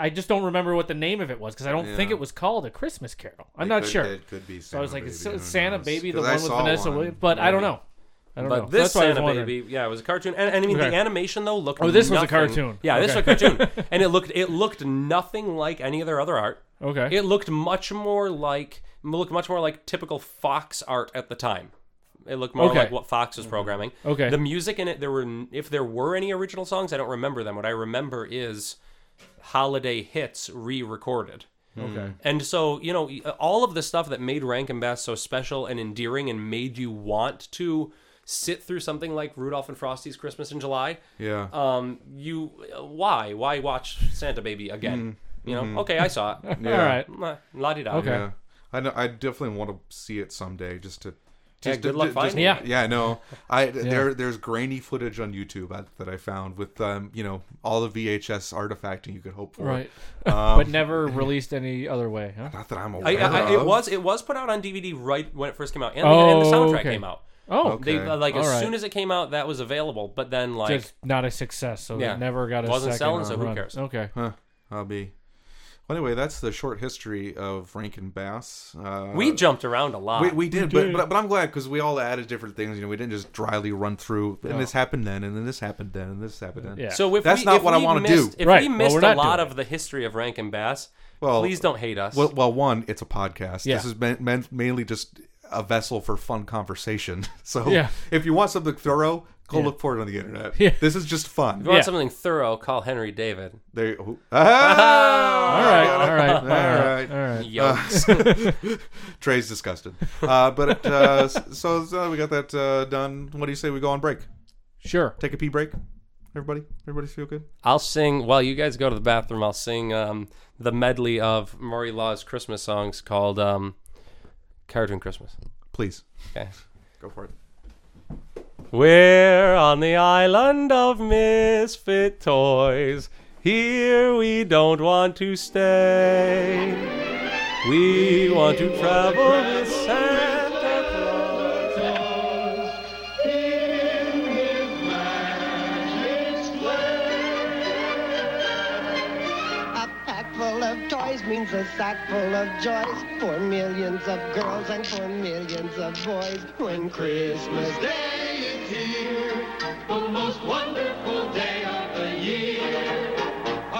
I just don't remember what the name of it was because I don't think Yeah. it was called a Christmas Carol. It I'm not could- sure. It could be. Santa so I was like, Baby, is who Santa knows? Baby the 'Cause I one with saw Vanessa one, Williams? But I maybe. don't know. I don't know. But So this that's why I was Santa wondering. Baby, yeah, it was a cartoon, and, and I mean the Okay. animation though looked. Oh, this was a nothing- cartoon. Yeah, this was a Okay. cartoon, and it looked it looked nothing like any of their other art. Okay. It looked much more like looked much more like typical Fox art at the time. It looked more Okay. Mm-hmm. like what Fox was programming. Okay. The music in it, there were if there were any original songs, I don't remember them. What I remember is holiday hits re-recorded. Mm-hmm. okay. And so, you know, all of the stuff that made Rankin Bass so special and endearing and made you want to sit through something like Rudolph and Frosty's Christmas in July, Yeah. Uh, um, you why why watch Santa Baby again? Mm-hmm. You know, okay, I saw it. Yeah. All right. La di da. Okay. Yeah. I know, I definitely want to see it someday just to. Yeah, Just good luck finding Yeah. it. Yeah, no. I there there's grainy footage on YouTube I, that I found with um you know all the VHS artifacting you could hope for. Right. Um, but never released any other way. Huh? Not that I'm I, aware I, I- it of. was it was put out on DVD right when it first came out, and, the, Oh, and the soundtrack okay. came out. Oh, Okay. They uh, like as All right. soon as it came out, that was available. But then like just not a success. So Yeah. it never got a Wasn't second selling, so who run. cares? Okay. Huh, I'll be. Well, anyway, that's the short history of Rankin Bass. Uh, we jumped around a lot. We, we did, but, but but I'm glad because we all added different things. You know, we didn't just dryly run through. And this happened then, and then this happened then, and this happened then. Yeah. So if That's we, not if what I we wanna missed- do. If Right. we Well, missed we're not a lot doing of the history of Rankin Bass, Well, please don't hate us. Well, well, one, it's a podcast. Yeah. This is meant, meant mainly just a vessel for fun conversation. So Yeah. if you want something thorough, go look for it on the internet. Yeah. This is just fun. if you want yeah. something thorough, call Henry David. There. you- Ah! All right. All right. All right. right. All right. Uh. Yikes. Trey's disgusted. Uh, but it, uh, s- so, so we got that uh, done. What do you say we go on break? Sure. Take a pee break. Everybody, everybody feel good. I'll sing while you guys go to the bathroom. I'll sing um, the medley of Murray Law's Christmas songs called um, "Cartoon Christmas." Please Okay. go for it. We're on the island of misfit toys. Here we don't want to stay. We want to travel with Santa Claus. A pack full of toys means a a sack full of joys for millions of girls and for millions of boys. When Christmas Day is here, the most wonderful day of the year.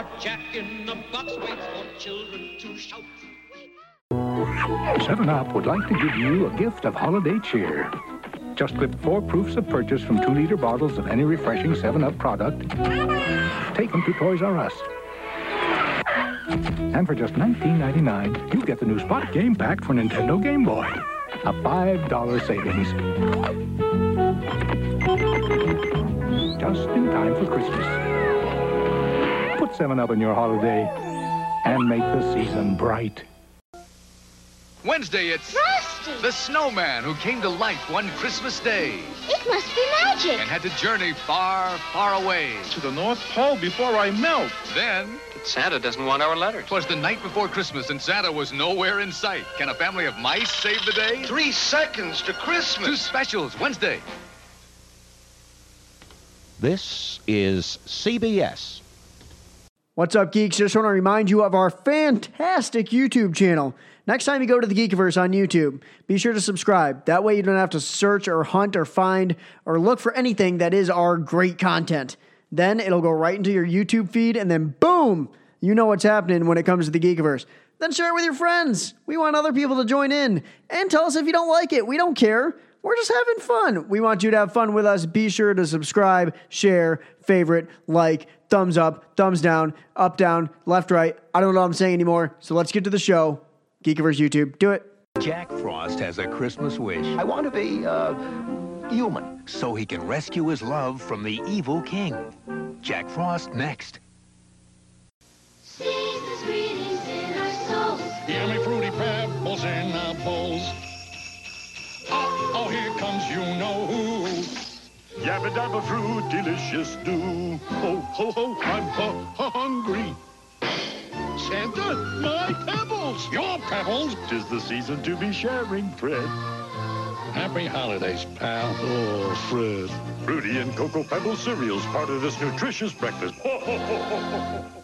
A jack in the box waits for children to shout. Seven Up would like to give you a gift of holiday cheer. Just clip four proofs of purchase from two-liter bottles of any refreshing Seven Up product. Take them to Toys R Us. And for just $19.99, you get the new Spot Game Pack for Nintendo Game Boy. A $5 savings. Just in time for Christmas. Put 7-Up in your holiday and make the season bright. Wednesday, it's Frosty! the snowman who came to life one Christmas day It must be magic! and had to journey far, far away. to the North Pole before I melt. Then, Santa doesn't want our letters. it was the night before Christmas and Santa was nowhere in sight. Can a family of mice save the day? Three seconds to Two Christmas. specials Wednesday. This is CBS. What's up, geeks? Just want to remind you of our fantastic YouTube channel. Next time you go to the Geekiverse on YouTube, be sure to subscribe. That way you don't have to search or hunt or find or look for anything that is our great content. Then it'll go right into your YouTube feed, and then boom, you know what's happening when it comes to the Geekiverse. Then share it with your friends. We want other people to join in and tell us if you don't like it. We don't care. We're just having fun. We want you to have fun with us. Be sure to subscribe, share, favorite, like, thumbs up, thumbs down, up, down, left, right. I don't know what I'm saying anymore. So let's get to the show. Geekiverse YouTube. Do it. Jack Frost has a Christmas wish. I want to be, uh, human. So he can rescue his love from the evil king. Jack Frost next. Season's greetings in our souls. Give me fruity pebbles in our bowls. Oh, oh, here comes you know who. Yabba dabba fruit, delicious do. Ho, ho, ho, I'm hu- hu- hungry. Santa, my pebbles! Your pebbles! Tis the season to be sharing, Fred. Happy holidays, pal. Oh, Fred. Fruity and Cocoa Pebble cereals, part of this nutritious breakfast. Ho, ho, ho, ho, ho.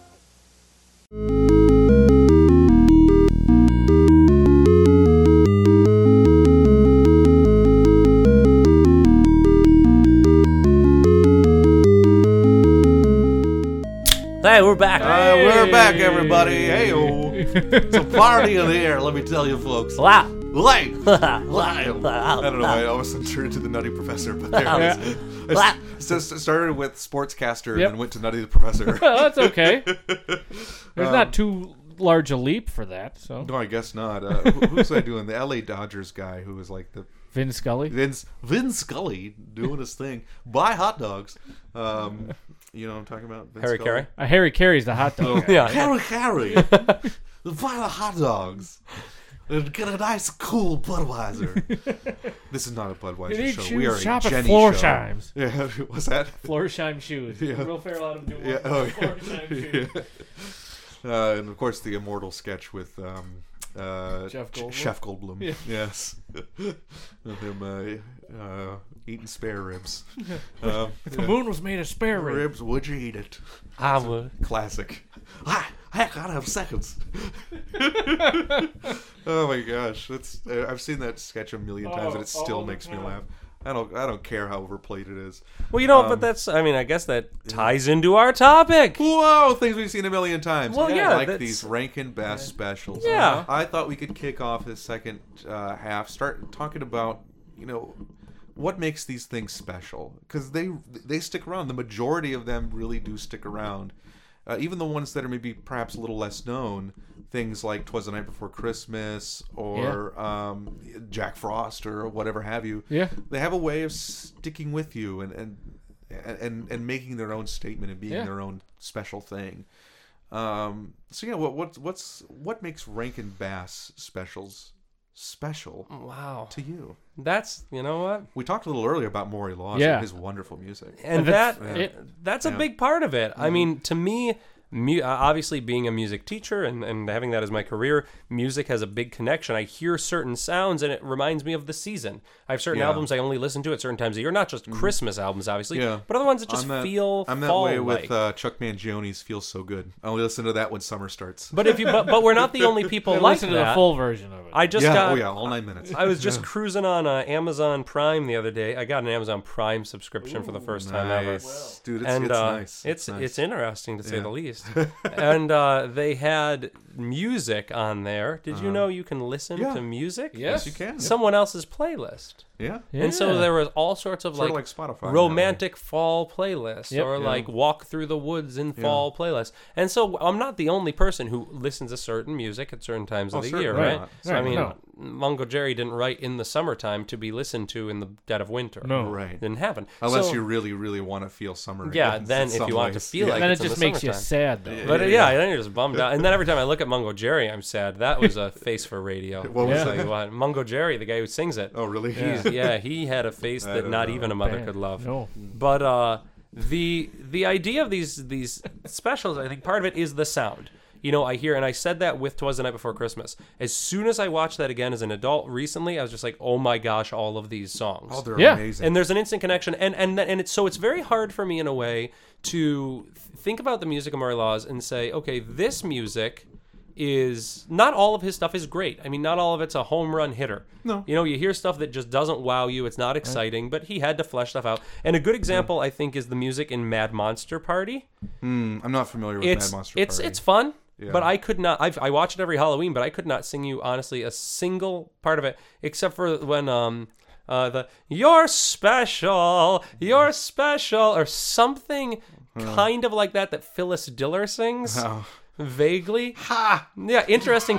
Hey, we're back. Uh, we're back, everybody. Hey, it's a party in the air, let me tell you, folks. Wow. Like, live. I don't know why I almost turned to the Nutty Professor, but there it is. I s- s- started with sportscaster Yep. and went to Nutty the Professor. Well, that's okay. Um, There's not too large a leap for that. So no, I guess not. Uh, who, who's I doing? The L.A. Dodgers guy who was like the Vin Scully. Vince Vin Scully doing his thing. Buy hot dogs. Um, you know what I'm talking about? Vince Harry Scully? Carey. Uh, Harry carries the hot dog. Yeah. Harry Harry. Buy the hot dogs. And get a nice cool Budweiser. this is not a Budweiser You need show. shoes. We are Shop a at Jenny Florsheim's. show. Yeah, what's that? Florsheim shoes. Will Ferrell had him do one. Yeah, oh, yeah. Florsheim shoes. Yeah. Uh, and of course, the immortal sketch with um, uh, Jeff Ch- Goldblum? Chef Goldblum. Yes, with him uh, uh, eating spare ribs. um, The moon was made of spare rib. ribs, would you eat it? I would. Classic. I, I gotta have seconds. oh my gosh, that's uh, I've seen that sketch a million times, and it Oh, all still the makes me time. laugh. I don't I don't care how overplayed it is. Well, you know, but that's. I mean, I guess that ties into our topic. Whoa, things we've seen a million times. Well, yeah, like that's- these Rankin Bass specials. Yeah. I thought we could kick off this second uh, half, start talking about you know what makes these things special because they they stick around. The majority of them really do stick around. Uh, even the ones that are maybe perhaps a little less known, things like "Twas the Night Before Christmas" or um, Jack Frost or whatever have you. Yeah. they have a way of sticking with you and and and, and making their own statement and being Yeah. their own special thing. Um, so yeah, what what what's what makes Rankin Bass specials special Oh. Wow. to you? That's. You know what? We talked a little earlier about Maury Laws Yeah. and his wonderful music. and That's that it. Mm-hmm. that's a big part of it. I mean, to me, mu- uh, obviously being a music teacher and, and having that as my career, music has a big connection. I hear certain sounds and it reminds me of the season. I have certain Yeah. Mm-hmm. albums I only listen to at certain times of year, not just Christmas albums, obviously, Yeah. but other ones that just I'm that, feel I'm that fall way like. with uh, Chuck Mangione's "Feels So Good." I only listen to that when summer starts. But if you, but, but we're not the only people They like listen to the that. full version of it. I just yeah, got. oh yeah, all nine minutes. I was just cruising on uh, Amazon Prime the other day. I got an Amazon Prime subscription for the first time ever. Nice. Dude, it's- and, it's uh, nice. It's It's nice. interesting to say the least. and uh, they had music on there. Did you know you can listen Uh-huh. Yeah. to music? Yes, you can. Someone else's playlist. yeah. And so Yeah. there was all sorts of Sort like, of like Spotify in that way. romantic fall playlists Yep. or Yeah. like walk through the woods in fall playlists. And so I'm not the only person who listens to certain music at certain times Oh, of the year, certainly right? not. So I Right, mean, no. Mungo Jerry didn't write in the summertime to be listened to in the dead of winter. No. Right. Didn't happen. Unless So- you really, really want to feel summer. Yeah, in then if some you want to ways. feel Yeah. like then it it's in just the makes you summertime. sad though. But uh, yeah, then you're just bummed out. And then every time I look at Mungo Jerry, I'm sad. That was a face for radio. What was I'll that? tell you what. Mungo Jerry, the guy who sings it. Oh, really? He's, yeah, he had a face that don't not know. even a mother Man, could love. no. But uh, the the idea of these these specials, I think part of it is the sound. You know, I hear, and I said that with "Twas the Night Before Christmas." As soon as I watched that again as an adult recently, I was just like, "Oh my gosh, all of these songs!" Oh, they're Yeah. amazing. and there's an instant connection and and and it's so it's very hard for me in a way to th- think about the music of Murray Laws and say okay this music is not all of his stuff is great. I mean, not all of it's a home run hitter. No. you know, you hear stuff that just doesn't wow you. It's not exciting, but he had to flesh stuff out. And a good example, I think, is the music in Mad Monster Party. I'm not familiar with It's Mad Monster it's Party. it's fun, Yeah. but I could not. I've, I watch it every Halloween, but I could not sing you honestly a single part of it except for when um uh the you're special, you're special, or something Hmm. kind of like that that Phyllis Diller sings. Oh. Vaguely, ha! Yeah, interesting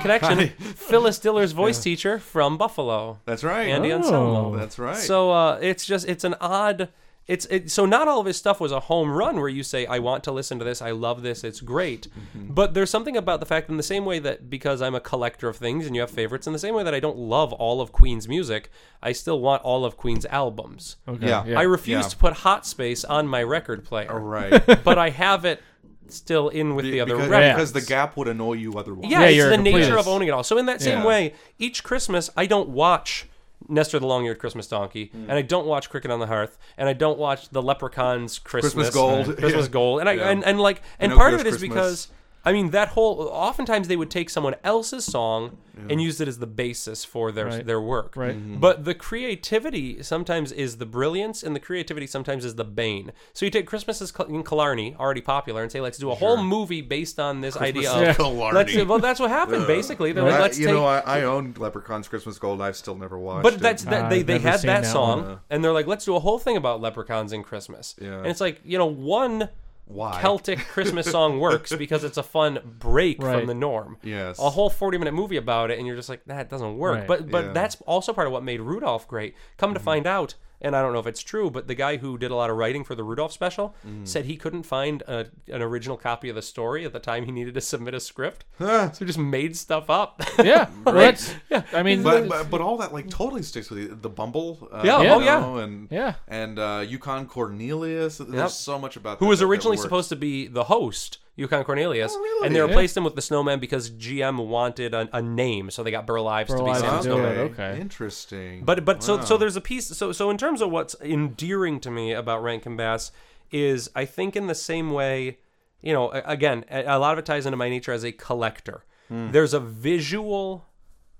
connection. Phyllis Diller's voice teacher from Buffalo. That's right. Andy Oh, Anselmo. That's right. So uh, it's just it's an odd. It's it, so not all of his stuff was a home run where you say I want to listen to this, I love this, it's great. Mm-hmm. But there's something about the fact in the same way that because I'm a collector of things and you have favorites, in the same way that I don't love all of Queen's music, I still want all of Queen's albums. Okay. Yeah. I refuse Yeah. to put Hot Space on my record player, right. but I have it still in with the other because, records because the gap would annoy you otherwise. yeah, Yeah, it's you're the a completist. nature of owning it all. So in that same Yeah. way, each Christmas I don't watch Nestor the Long-Eared Christmas Donkey, and I don't watch Cricket on the Hearth, and I don't watch The Leprechauns Christmas, Gold. and Christmas Yeah. Gold, and I Yeah. and, and like and Pinocchio's part of it is Christmas. because I mean that whole. Oftentimes they would take someone else's song and use it as the basis for their Right. their work. Mm-hmm. Right. But the creativity sometimes is the brilliance, and the creativity sometimes is the bane. So you take Christmas is in Killarney, already popular, and say let's do a whole movie based on this idea is of Killarney. let's well, that's what happened basically. They're like, I- let's you take. know, I, I owned Leprechaun's Christmas Gold. I've still never watched. but it. that's that, they, I've they never had seen that, that song, and they're like, let's do a whole thing about leprechauns and Christmas. Yeah. And it's like, you know, one Why? Celtic Christmas song works because it's a fun break from Right. the norm. Yes. A whole 40 minute movie about it, and you're just like, that doesn't work. Right. But Mm-hmm. but Yeah. that's also part of what made Rudolph great. Come to find out, and I don't know if it's true, but the guy who did a lot of writing for the Rudolph special Mm-hmm. said he couldn't find a, an original copy of the story at the time he needed to submit a script. so he just made stuff up. Yeah. Well, that's, yeah. I mean, But, but but all that like totally sticks with you. The Bumble, uh, Yeah, you oh, yeah. know, and Yeah. and uh, Yukon Cornelius. There's Yep. so much about who that was that- that originally works. supposed to be the host, Yukon Cornelius, Oh, really? and they replaced him with the Snowman because GM wanted a, a name, so they got Burl Ives Burl to be Ives Sam to do Snowman. it. okay. interesting. But but so Wow. so there's a piece so so in terms of what's endearing to me about Rankin Bass is I think in the same way, you know, a- again, a a lot of it ties into my nature as a collector. Hmm. There's a visual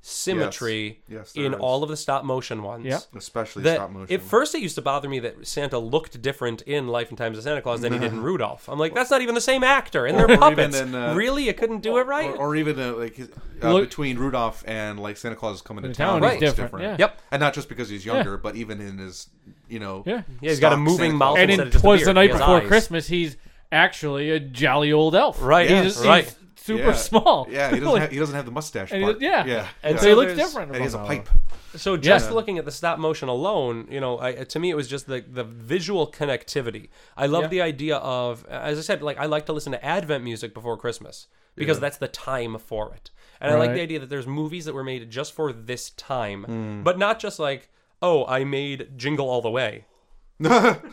symmetry Yes, there in is. all of the stop motion ones. Yep. especially That stop motion. At first, it used to bother me that Santa looked different in Life and Times of Santa Claus than he did in Rudolph. I'm like, that's not even the same actor, and they're Or even puppets. in, uh, really, you couldn't do it right. or, or even uh, like his- uh, Look- between Rudolph and like Santa Claus is coming to The town, town it's is different, yeah. Yep. and not just because he's younger, but even in his, you know, Yeah. Yeah, he's got a stock moving Santa mouth Claus. and instead in of just a twas beard, the night he has before eyes. Christmas, he's actually a jolly old elf. Right, He's, yes, right. he's super Yeah. small. Yeah, he doesn't. Like- have, he doesn't have the mustache and he- part. yeah. yeah, And yeah. so he So looks there's- different. and he has a from all pipe. of them. So just Yeah. looking at the stop motion alone, you know, I, to me it was just the the visual connectivity. I love Yeah. the idea of, as I said, like I like to listen to Advent music before Christmas because that's the time for it, and I like the Right. Hmm. idea that there's movies that were made just for this time, but not just like, oh, I made Jingle All the Way.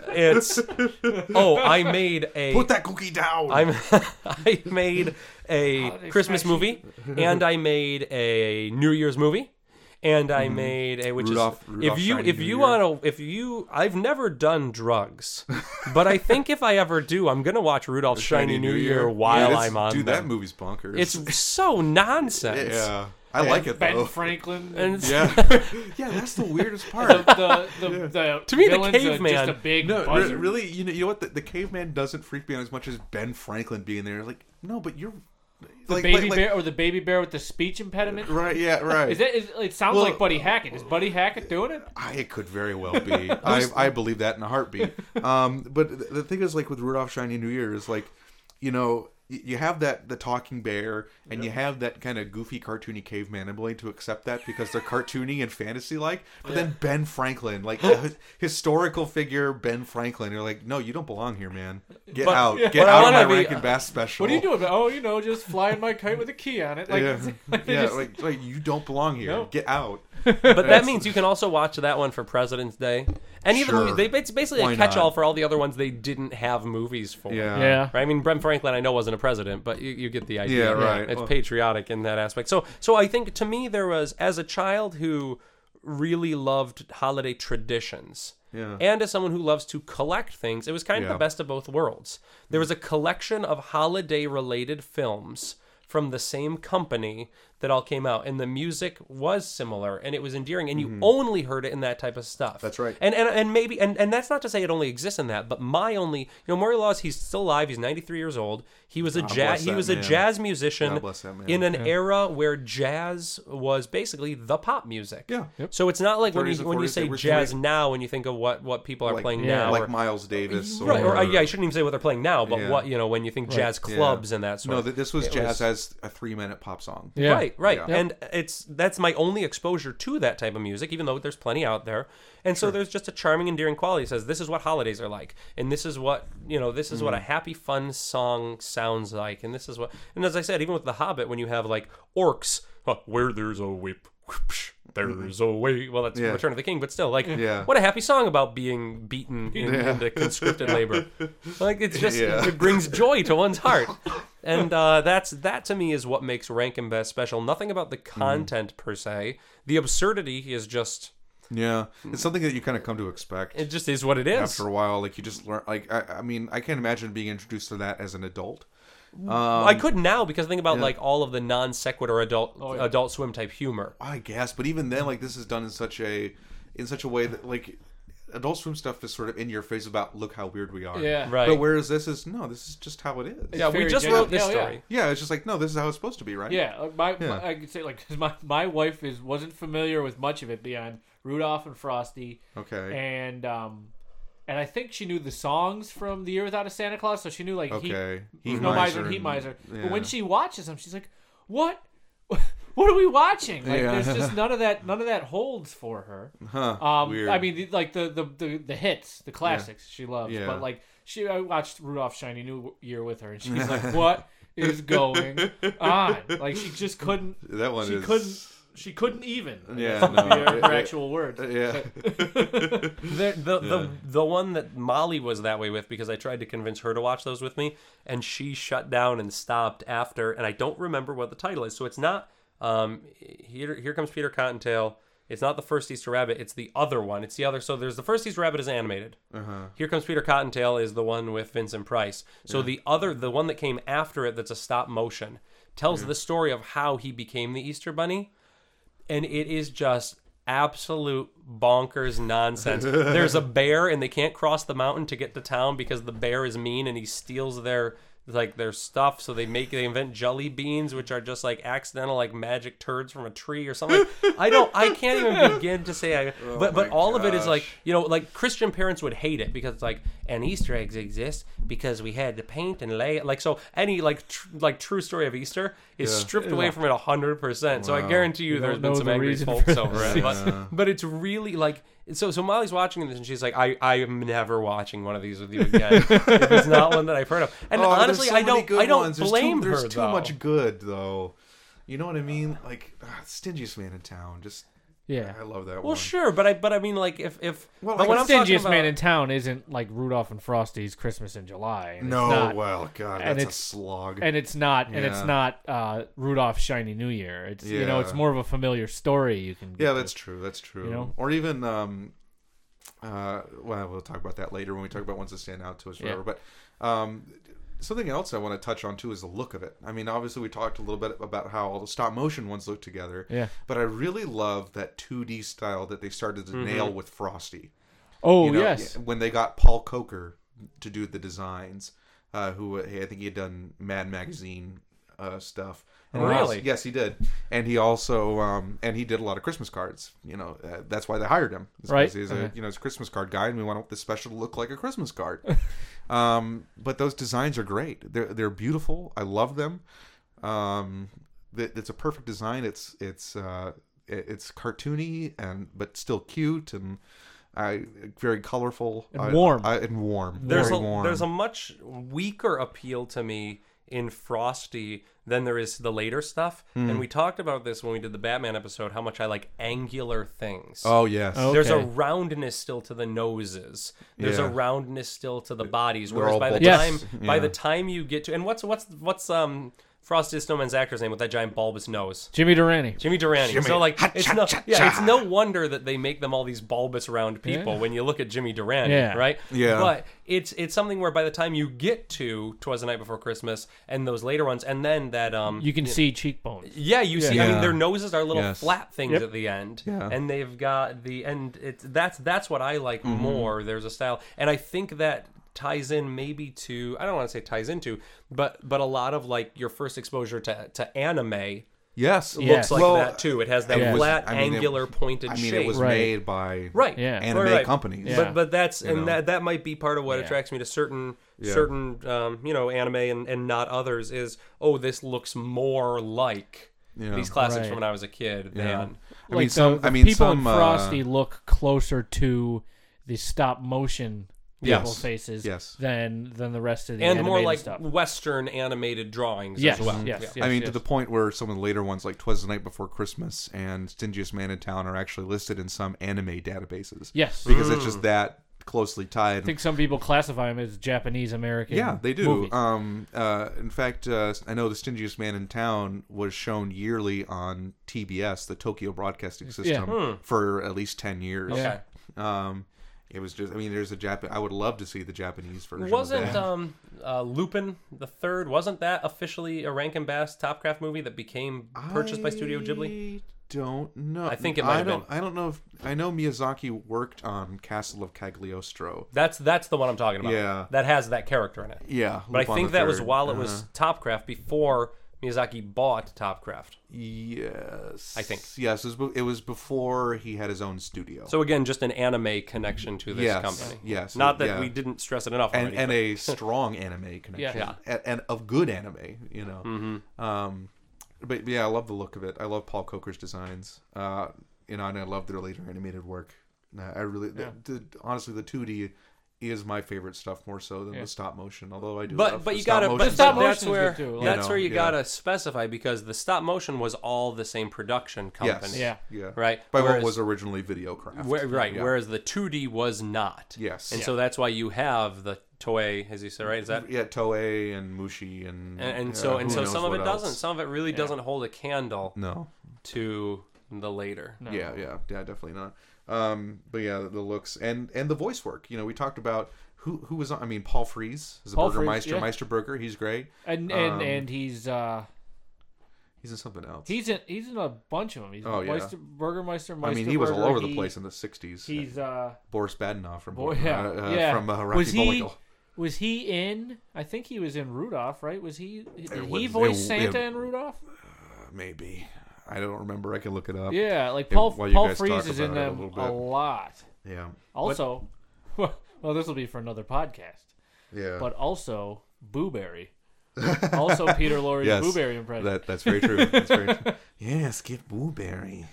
it's oh, I made a Put that cookie down. I'm I made a Christmas movie and I made a New Year's movie and I made a which Mm-hmm. Rudolph- is Rudolph if you Shiny if New you Year. want to if you I've never done drugs but I think if I ever do I'm gonna watch Rudolph Shiny, New, Year, while Yeah, this- I'm on Dude, them. that movie's bonkers. It's so nonsense. yeah, I like it Ben though. Franklin. And yeah, yeah, that's the weirdest part. the, the, the, To me, the villains are Just caveman- a big No, re- buzzard. really, you know, you know what? The, the caveman doesn't freak me out as much as Ben Franklin being there. Like, no, but you're The like, baby like- like- bear or the baby bear with the speech impediment. right? Yeah, right. Is that? Is, it sounds Well- like Buddy Hackett. Is Buddy Hackett doing it? I it could very well be. I, I believe that in a heartbeat. Um, but th- the thing is, like with Rudolph Shiny New Year, is like, you know, y- you have that the talking bear, and you have that kind of goofy, cartoony caveman. I'm willing to accept that because they're cartoony and fantasy like. But then Ben Franklin, like a hi- historical figure, Ben Franklin, you're like, no, you don't belong here, man. Get But- out. yeah. Get But I out of wanna my be- uh, Rankin Bass special. What are you doing? Oh, you know, just flying my kite with a key on it. Like, yeah, like, yeah, just- like, like you don't belong here. No. Get out. But that means you can also watch that one for President's Day. Any of the Sure. movies, they, it's basically Why a catch-all not? for all the other ones they didn't have movies for. Yeah. Yeah. Right? I mean, Ben Franklin, I know wasn't a president, but you, you get the idea. Yeah, right. It's Well- patriotic in that aspect. So, so I think to me there was as a child who really loved holiday traditions. Yeah. And as someone who loves to collect things, it was kind of Yeah. the best of both worlds. There was a collection of holiday related films from the same company that all came out and the music was similar and it was endearing and you only heard it in that type of stuff. Mm-hmm. That's right. And and, and maybe and, and that's not to say it only exists in that, but my only you know, Maury Laws, he's still alive, he's ninety three years old. He was a Ah, bless jazz he that was man. a jazz musician God bless that man. in an era where jazz was basically the pop music. Yeah. Yep. So it's not like when 30s you and when you 40s, they say were jazz doing- now and you think of what, what people are Like, playing yeah, now like or, Miles Davis, Right, or, uh, yeah, I shouldn't even say what they're playing now, but Yeah. what you know when you think jazz Yeah. clubs and that sort. No, of th- this was it jazz as a three-minute pop song. Yeah. Right, right, Yeah. and it's that's my only exposure to that type of music, even though there's plenty out there. And so there's just a charming, endearing quality. It says this is what holidays are like, and this is what you know, this is what a Mm. happy, fun song sounds like, and this is what. And as I said, even with the Hobbit, when you have like orcs, huh, where there's a whip, whoopsh, there's a way. Well, that's Yeah. Return of the King, but still, like, Yeah. what a happy song about being beaten in, Yeah. into conscripted labor. Like it's just Yeah. it brings joy to one's heart. And uh, that's that to me is what makes Rankin Bass special. Nothing about the Mm-hmm. content per se. The absurdity is just Yeah, it's something that you kind of come to expect it just is what it is. after a while. Like you just learn. Like I, I mean, I can't imagine being introduced to that as an adult. I could now because think about like all of the non sequitur adult Oh, adult swim type humor. I guess, but even then, like this is done in such a in such a way that like Adult Swim stuff is sort of in your face about look how weird we are. Yeah. Right. But whereas this is no, this is just how it is. yeah, we very just genuine. wrote this Hell yeah. story. Yeah, it's just like no, this is how it's supposed to be, right? Yeah, like my, Yeah. my I could say like 'cause my my wife is wasn't familiar with much of it beyond Rudolph and Frosty. Okay. And um, and I think she knew the songs from The Year Without a Santa Claus, so she knew like Okay. Heat, Heat Snow Miser, Miser and Heat and- Miser. yeah. But when she watches them, she's like, "What? What are we watching?" Like, Yeah. there's just none of that. None of that holds for her. Huh. Um, weird. I mean, the, like the, the the the hits, the classics she loves. Yeah. But like she, I watched Rudolph Shiny New Year with her, and she's like, "What is going on?" Like she just couldn't. that one she is. couldn't. She couldn't even. I Yeah, guess, would be no, her, it- her it- actual words. Yeah. The the, the the one that Molly was that way with because I tried to convince her to watch those with me and she shut down and stopped after and I don't remember what the title is so it's not um here here comes Peter Cottontail it's not the first Easter Rabbit it's the other one it's the other so there's the first Easter Rabbit is animated here comes Peter Cottontail is the one with Vincent Price so the other the one that came after it that's a stop motion tells the story of how he became the Easter Bunny and it is just absolute bonkers nonsense. There's a bear and they can't cross the mountain to get to town because the bear is mean and he steals their like their stuff so they make they invent jelly beans which are just like accidental like magic turds from a tree or something i don't i can't even begin to say i but my but all of it is like gosh. you know like christian parents would hate it because it's like and easter eggs exist because we had to paint and lay it like so any like tr- like true story of easter is stripped away from it 100% so i guarantee you there's been know some the angry reason folks for over it but, but it's really like so so molly's watching this and she's like i i am never watching one of these with you again it's not one that i've heard of and Oh, there's honestly so i many don't good i don't ones. There's blame too, her There's too though. much good though. You know what I mean? Like ah, stingiest man in town. Just Yeah. I love that Well, one. sure, but I but I mean like if if Well, but I when guess- I'm talking Stingiest about, man in town isn't like Rudolph and Frosty's Christmas in July. and it's No, not- well, God, and that's a it's- slog. and it's not and it's Yeah. not uh, Rudolph's Shiny New Year. It's you know it's Yeah. more of a familiar story you can. get yeah, to. that's true. That's true. You know? Or even, um, uh, well, we'll talk about that later when we talk about ones that stand out to us, Yeah. forever. But um, something else I want to touch on too is the look of it. I mean, obviously, we talked a little bit about how all the stop motion ones look together. Yeah. But I really love that 2D style that they started to Mm-hmm. nail with Frosty. Oh You know, yes, When they got Paul Coker to do the designs, uh, who uh, I think he had done Mad Magazine uh, stuff. And Really? also- yes, he did. And he also um, and he did a lot of Christmas cards. You know, uh, that's why they hired him. is 'cause Right. He's a Okay. you know he's a Christmas card guy, and we want this special to look like a Christmas card. um, but those designs are great. They're they're beautiful. I love them. Um, that it's a perfect design. It's it's uh, it- it's cartoony and but still cute and I very colorful And I- warm. I, and warm. there's very a warm. there's a much weaker appeal to me in Frosty than there is the later stuff. Hmm. And we talked about this when we did the Batman episode how much I like angular things. oh yes. Oh, There's a Okay. roundness still to the noses. There's Yeah. a roundness still to the bodies. They're Whereas all by the bulbous. time Yes. by Yeah. the time you get to and what's what's what's um Frosty the Snowman's actor's name with that giant bulbous nose. Jimmy Durante. Jimmy Durante. Jimmy. So like, it's no, Ha-cha-cha-cha. yeah, it's no wonder that they make them all these bulbous round people Yeah. when you look at Jimmy Durante, Yeah. right? Yeah. But it's it's something where by the time you get to "Twas the Night Before Christmas" and those later ones, and then that um, You can see cheekbones. yeah, you see. I Yeah. mean, their noses are little Yes. flat things Yep. at the end, Yeah. and they've got the and it's that's that's what I like Mm-hmm. more. There's a style, and I think that ties in maybe to I don't want to say ties into, but but a lot of like your first exposure to to anime yes. It looks Yes. like well, that too. It has that it was- flat, I mean, it- angular, pointed I mean, shape. it was Right. made by right. Yeah. anime Right, right. companies. Yeah. But but that's and know. that that might be part of what Yeah. attracts me to certain Yeah. certain um, you know anime and, and not others is oh this looks more like Yeah. these classics Right. from when I was a kid than I mean, Like, some. the, the I mean, people some. in uh, Frosty look closer to the stop motion people Yes. faces Yes. than than the rest of the and more animated like stuff. Western animated drawings Yes, as well. yes, Yeah. yes, I mean, yes. to the point where some of the later ones, like "Twas the Night Before Christmas" and "Stingiest Man in Town," are actually listed in some anime databases. Yes. because it's Mm. just that closely tied. I think some people classify them as Japanese American. Yeah, they do. movie. Um, uh, in fact, uh, I know the stingiest man in town was shown yearly on TBS, the Tokyo Broadcasting System, for at least ten years. Hmm. Okay. Um, it was just. I mean, there's a Japan. I would love to see the Japanese version. of Wasn't that. um, uh, Lupin the Third? Wasn't that officially a Rankin Bass Topcraft movie that became purchased by Studio Ghibli? I don't know. I think it might I have don't. been. I don't know if I know Miyazaki worked on Castle of Cagliostro. That's that's the one I'm talking about. Yeah. that has that character in it. Yeah, but I Lupin think the that was Third. Uh-huh. while it was Topcraft before Miyazaki bought Topcraft. Yes, I think. yes. It was, be- it was before he had his own studio. So again, just an anime connection to this Yes, company. yes, not that yeah. we didn't stress it enough. and already, and but- a strong anime connection, Yeah. And, and of good anime, you know. Mm-hmm. Um, but yeah, I love the look of it. I love Paul Coker's designs. Uh, you know, and I love their later animated work. Uh, I really, the, the, honestly, the two D is my favorite stuff more so than the stop motion. Although I do, love But but the you stop gotta motion but stuff. stop but that's motion's where good too, like- that's You where know, you yeah. gotta specify because the stop motion was all the same production yes, company. Yeah. yeah, Right, By whereas- what was originally video craft, Where, right. Yeah. Whereas the 2D was not. Yes. And Yeah. so that's why you have the Toei, as you said, right? Is that yeah, Toei and Mushi and and, and yeah, so and who so knows some of what it doesn't. else. Some of it really doesn't hold a candle No, to the later. Yeah, yeah, yeah, definitely not. Um, but yeah, the looks and and the voice work. You know, we talked about who who was on. I mean, Paul Frees is a Paul Burgermeister, Frees, yeah. Meisterburger. He's great. and Um, and and he's uh He's in something else. he's in he's in a bunch of them. He's Oh, yeah. Meister, Burgermeister, I mean, he was all Meisterburger, over the he- place in the '60s. He's uh Boris Badenoff from boy, uh, yeah, uh, yeah. from uh, Rocky was he Bullwinkle. was he in? I think he was in Rudolph, right? Was he did he was- voice it- Santa it- in Rudolph? Maybe I don't remember. I can look it up. Yeah, like Yeah, Paul while you Paul guys Freeze talk is in about it a them little a, bit. lot. yeah, Also, well, this will be for another podcast. yeah. But also, Boo Berry. also, Peter Lorre's yes, Boo Berry impression. That, that's very true. That's very true. yeah, Skip Blueberry.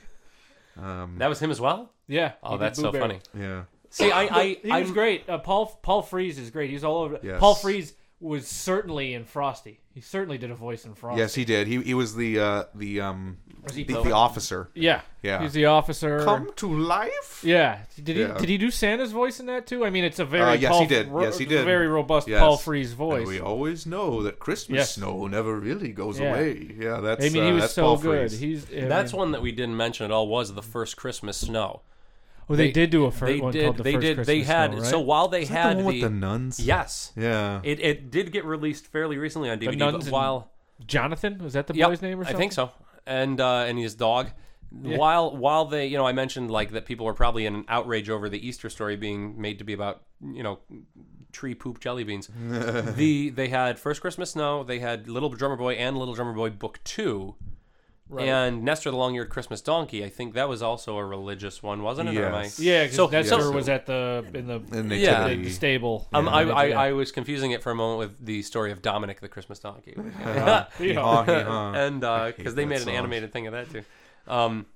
Um, That was him as well. yeah. Oh, he did that's Boo so Berry. funny. yeah. See, I, I, He I'm was great. Uh, Paul Paul Freeze is great. He's all over. Yes. Paul Freeze was certainly in Frosty. He certainly did a voice in Frosty. Yes, he did. He he was the uh, the um Was the, he the Poe? officer. Yeah. yeah. He's the officer. Come to life. Yeah. Did he Yeah. did he do Santa's voice in that too? I mean, it's a very Uh, yes, Paul, he did. ro- yes, he did. Very robust Yes. Paul Frees voice. And we always know that Christmas Yes. snow never really goes Yeah. away. Yeah, that's. I mean, he uh, was that's so Paul good. Frees. He's I That's mean- one that we didn't mention at all was the first Christmas snow. Oh, they, did do a first they one did, called the they first did, Christmas They had Snow, so right? while they Is that had the one with the nuns. Yes. Yeah. It it did get released fairly recently on DVD. the nuns but and while Jonathan was that the Yep, boy's name or something? I think so. And uh, and his dog. While while they, you know, I mentioned like that people were probably in an outrage over the Easter story being made to be about, you know, tree poop jelly beans. the they had First Christmas Snow, they had Little Drummer Boy and Little Drummer Boy Book 2. And Nestor the Long-Eared Christmas Donkey, I think that was also a religious one, wasn't it? Or am I- Yes. Yeah, because So- Nestor so- was at the in the And the, Yeah. nativity. the stable. Um, I, I, Yeah. I was confusing it for a moment with the story of Dominic the Christmas Donkey, Hee-haw, hee-haw. and uh, I hate because they that made an song. animated thing of that too. Um,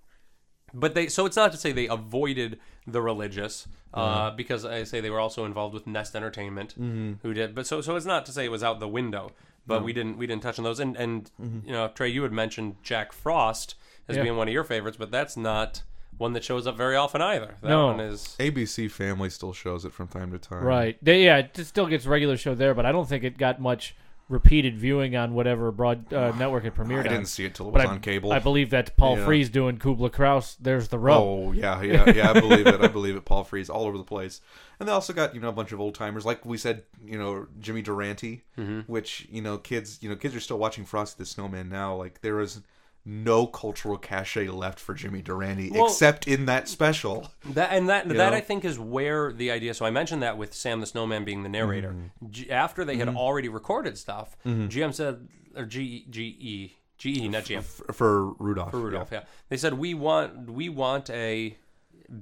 but they so it's not to say they avoided the religious Uh-huh. uh, because I say they were also involved with Nest Entertainment, Mm-hmm. who did. But so so it's not to say it was out the window. But we didn't we didn't touch on those. And and Mm-hmm. you know Trey, you had mentioned Jack Frost as Yeah. being one of your favorites, but that's not one that shows up very often either. That No. one is ABC Family still shows it from time to time. Right. They, yeah, it still gets regular show there, but I don't think it got much repeated viewing on whatever broad uh, network it premiered I on. didn't see it till it But was I- on cable. I believe that's Paul Yeah. Frees doing Kubla Kraus. There's the row. Oh yeah, yeah, yeah. I believe it. I believe it. Paul Frees all over the place, and they also got you know a bunch of old timers like we said. You know Jimmy Durante, Mm-hmm. which you know kids. You know kids are still watching Frosty the Snowman now. Like there is no cultural cachet left for Jimmy Durante Well- except in that special. That and that that know? I think is where the idea. So I mentioned that with Sam the Snowman being the narrator. G, after they had already recorded stuff, GM said or G GE GE not GM F- for Rudolph. for Rudolph. Yeah. they said we want we want a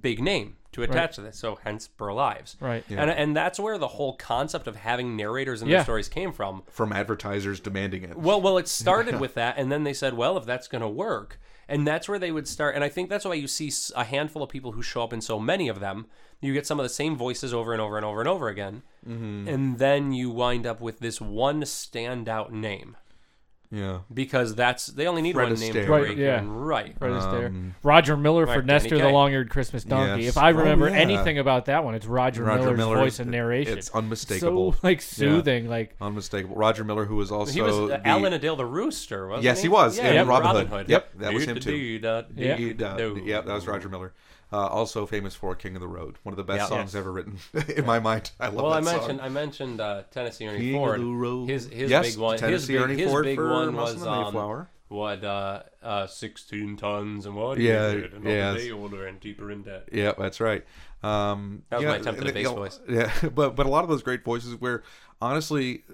big name to attach to this. So hence Burl Ives. Right. And and that's where the whole concept of having narrators in Yeah. their stories came from. From advertisers demanding it. Well, well, it started with that, and then they said, well, if that's going to work, and that's where they would start. And I think that's why you see s- a handful of people who show up in so many of them. You get some of the same voices over and over and over and over again, Mm-hmm. and then you wind up with this one standout name yeah. because that's they only need Fred one name Astaire. to Right, break yeah. in. Right. Right is there. Roger Miller for right, Danny Nestor the Kaye. Long-Eared Christmas Donkey. Um, Yes. If I Oh, remember yeah. anything about that one, it's Roger, Roger Miller's Miller, voice and it- narration. it's unmistakable. So like Yeah. soothing, like Unmistakable. Roger Miller, who was also He was uh, the- Alan Adale the Rooster, wasn't Yes, he? he was, in yeah, Robin Hood. Yep, that was him too. Yeah. He, uh, yeah, that was Roger Miller. Uh, also famous for King of the Road, one of the best Yeah. songs ever written in my mind. I love Well, I that song. mentioned I mentioned uh, Tennessee Ernie King of Ford. the road. His his Yes, big one. Tennessee his big, Ernie his Ford big for one Mouse was and the um, Mayflower. what uh, uh, sixteen tons and what Yeah, you did, and yes. all day older and deeper in debt. Yeah, that's right. Um, That was yeah, my attempt at a and, bass you know, voice. Yeah, but but a lot of those great voices where honestly,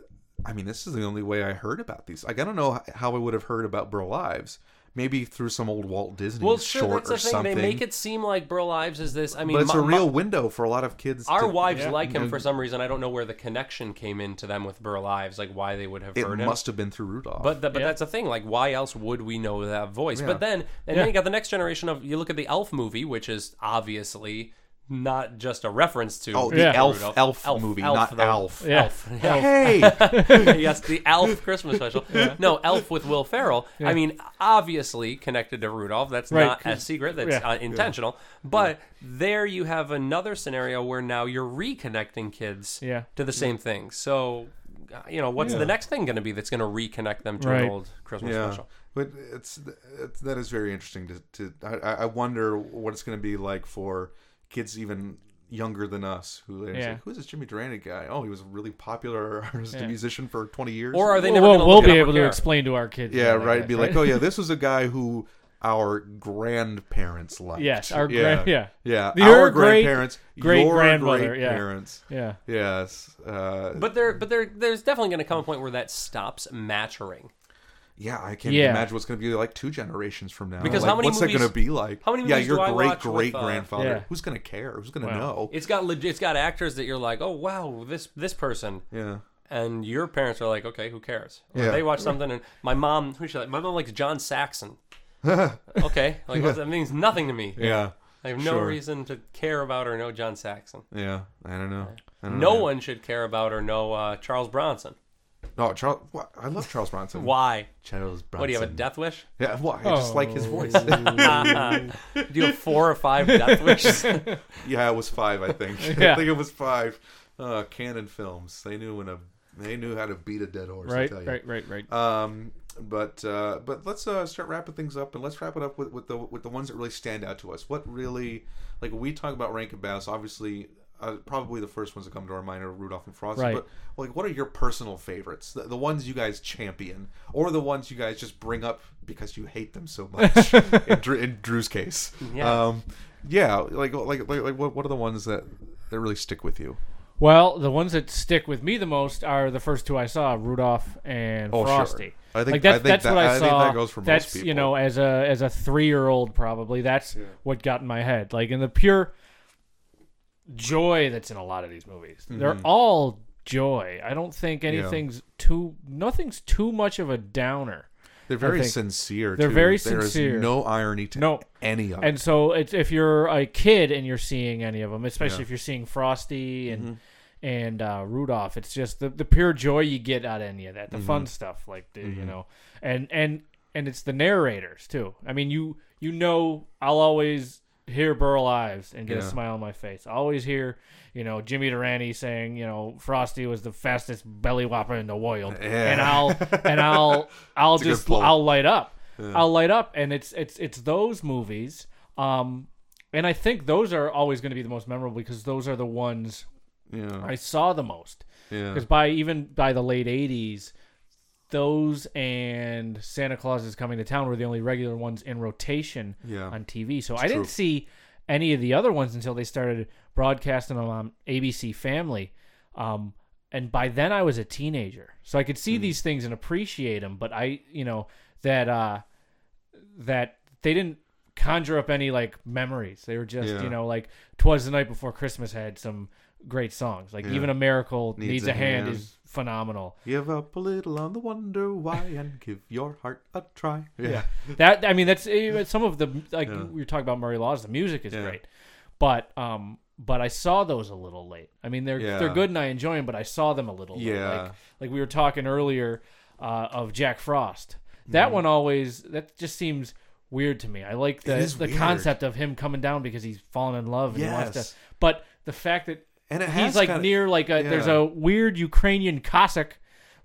I mean, this is the only way I heard about these. Like, I don't know how I would have heard about Burl Ives. Maybe through some old Walt Disney Well, sure, short that's or the thing. something. They make it seem like Burl Ives is this. I mean, but it's my- a real my- window for a lot of kids. our to- wives like him for some reason. I don't know where the connection came into them with Burl Ives, like why they would have It heard him. must have been through Rudolph. But the, but that's the thing. Like, why else would we know that voice? But then, and then you got the next generation of. You look at the Elf movie, which is obviously not just a reference to Oh, the Yeah. Elf, Rudolph. Elf, movie, not though. Alf. yeah. Hey, yes, the Elf Christmas special. No, Elf with Will Ferrell. I mean, obviously connected to Rudolph. That's Right, not a 'cause- secret. That's yeah. uh, intentional. But there you have another scenario where now you're reconnecting kids Yeah. to the same thing. So, uh, you know, what's the next thing going to be that's going to reconnect them to an Right. old Christmas yeah. special? But it's, it's that is very interesting to. to I, I I wonder what it's going to be like for kids even younger than us who it's Yeah. like, who's this Jimmy Durante guy? Oh, he was a really popular artist and musician for twenty years. Or are they never well, gonna we'll look it be up or able to care? explain to our kids. yeah, now, I right. guess, Be like, oh yeah, this was a guy who our grandparents liked. Yes, our grand- yeah. yeah, The- our your great- grandparents, great your grandmother, great yeah. parents. yeah. Yes, uh, But there, but there, there's definitely going to come a point where that stops maturing. Yeah, I can't Yeah. imagine what's going to be like two generations from now. Because Like, how many What's that movies- going to be like? how many Yeah, movies your do I great watch with, uh, great grandfather. Yeah. Who's going to care? Who's going to Wow. know? It's got legit. It's got actors that you're like, oh wow, this this person, yeah, and your parents are like, okay, who cares? Or Yeah. They watch something, and my mom, who she like? My mom likes John Saxon. okay, like what's- that means nothing to me. yeah, I have no sure. reason to care about or know John Saxon. yeah. I don't know. I don't No know. one should care about or know uh, Charles Bronson. No, Oh, Charles. What? I love Charles Bronson. Why? Charles Bronson. What do you have a death wish? Yeah, why? I just like Oh. his voice. do you have four or five death wishes? yeah, it was five. I think. I Yeah. think it was five. Uh, Canon Films. They knew when to. They knew how to beat a dead horse. I Right, tell you. right, right, right. Um, but uh, but let's uh, start wrapping things up, and let's wrap it up with, with the with the ones that really stand out to us. What really, like we talk about Rankin Bass, obviously. Uh, probably the first ones that come to our mind are Rudolph and Frosty. Right. But like, what are your personal favorites? The, the ones you guys champion, or the ones you guys just bring up because you hate them so much? in, Drew, in Drew's case, Yeah. um, yeah. Like, like, like, like, what, what are the ones that that really stick with you? Well, the ones that stick with me the most are the first two I saw, Rudolph and Oh, sure. Frosty. I think- like that, I think that's that- what I I, think saw. that goes for most that's, you people. know, as a as a three year old probably that's what got in my head. Like in the pure joy that's in a lot of these movies. They're Mm-hmm. Mhm. all joy. I don't think Yeah. anything's too nothing's too much of a downer. They're I very think. sincere, They're too. very There is sincere. no irony to any of it. And so it's, if you're a kid and you're seeing any of them, especially Yeah. if you're seeing Frosty Mm-hmm. and and uh, Rudolph, it's just the, the pure joy you get out of any of that, the fun Mhm. stuff, like the, you Mhm. know, and and and it's the narrators too. I mean, you you know, I'll always hear Burl Ives and get a Yeah. smile on my face. I always hear you know Jimmy Durante saying you know Frosty was the fastest belly whopper in the world, Yeah. and I'll and I'll I'll It's a good just pull. I'll light up. Yeah. I'll light up, and it's it's it's those movies. Um, and I think those are always going to be the most memorable because those are the ones Yeah. I saw the most. Yeah. Because by even by the late '80s, those and Santa Claus is Coming to Town were the only regular ones in rotation Yeah. on TV. So It's I true. didn't see any of the other ones until they started broadcasting them on um, ABC Family. Um, and by then I was a teenager, so I could Hmm. see these things and appreciate them. But I, you know, that uh, that they didn't conjure up any like memories. They were just, Yeah. you know, like "Twas the Night Before Christmas" had some great songs. Like Yeah. even a miracle needs, a, hand. is phenomenal. Give up a little on the wonder why and give your heart a try. Yeah. that I mean that's eh, some of the like Yeah. we were talking about Murray Laws. The music is great, but um, but I saw those a little late. I mean they're Yeah. they're good and I enjoy them, but I saw them a little late. Yeah. Like, like we were talking earlier uh, of Jack Frost. That one always that just seems weird to me. I like the Mm-hmm. It is the weird. concept of him coming down because he's fallen in love and he wants Yes. to. But the fact that And it he's has like kinda- near like a there's yeah. a weird Ukrainian Cossack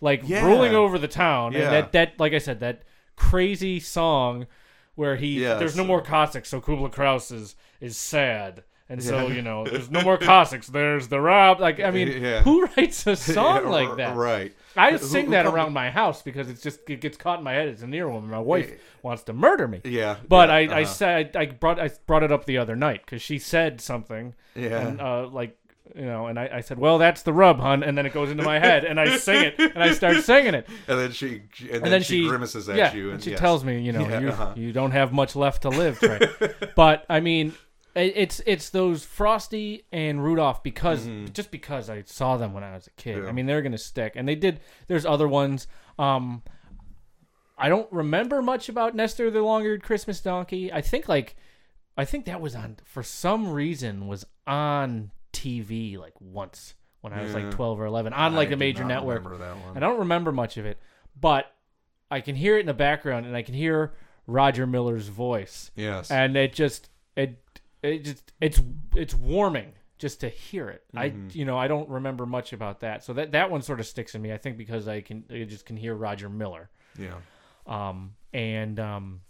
like Yeah. ruling over the town Yeah. and that that like I said that crazy song where he Yes. there's no more Cossacks, so Kubla Kraus is is sad, and so Yeah. you know there's no more Cossacks. There's the Rob. Like I mean, Yeah. who writes a song Yeah, like r- that? right. I Who- sing who that come- around my house because it's just it gets caught in my head as an earworm. and My wife wants to murder me. Yeah, But yeah, I I uh-huh. said I brought I brought it up the other night because she said something. Yeah. And, uh, like. You know, and I, I said, "Well, that's the rub, hun," and then it goes into my head, and I sing it, and I start singing it, And then she- and then she grimaces at yeah, you and, and she yes. tells me, you know, Yeah, you, uh-huh. you don't have much left to live, Trey. but I mean, it, it's it's those Frosty and Rudolph because Mm-hmm. Mhm. just because I saw them when I was a kid. Yeah. I mean, they're gonna stick, and they did. There's other ones. Um, I don't remember much about Nestor the Long-Eared Christmas Donkey. I think like I think that was on for some reason was on TV like once when I was Yeah. like 12 or 11 on like I a do major not network. remember that one. I don't remember much of it, but I can hear it in the background and I can hear Roger Miller's voice. Yes. And it just it it just it's it's warming just to hear it. Mm-hmm. Mhm. I you know, I don't remember much about that. So that that one sort of sticks in me I think because I can I just can hear Roger Miller. Yeah. Um and um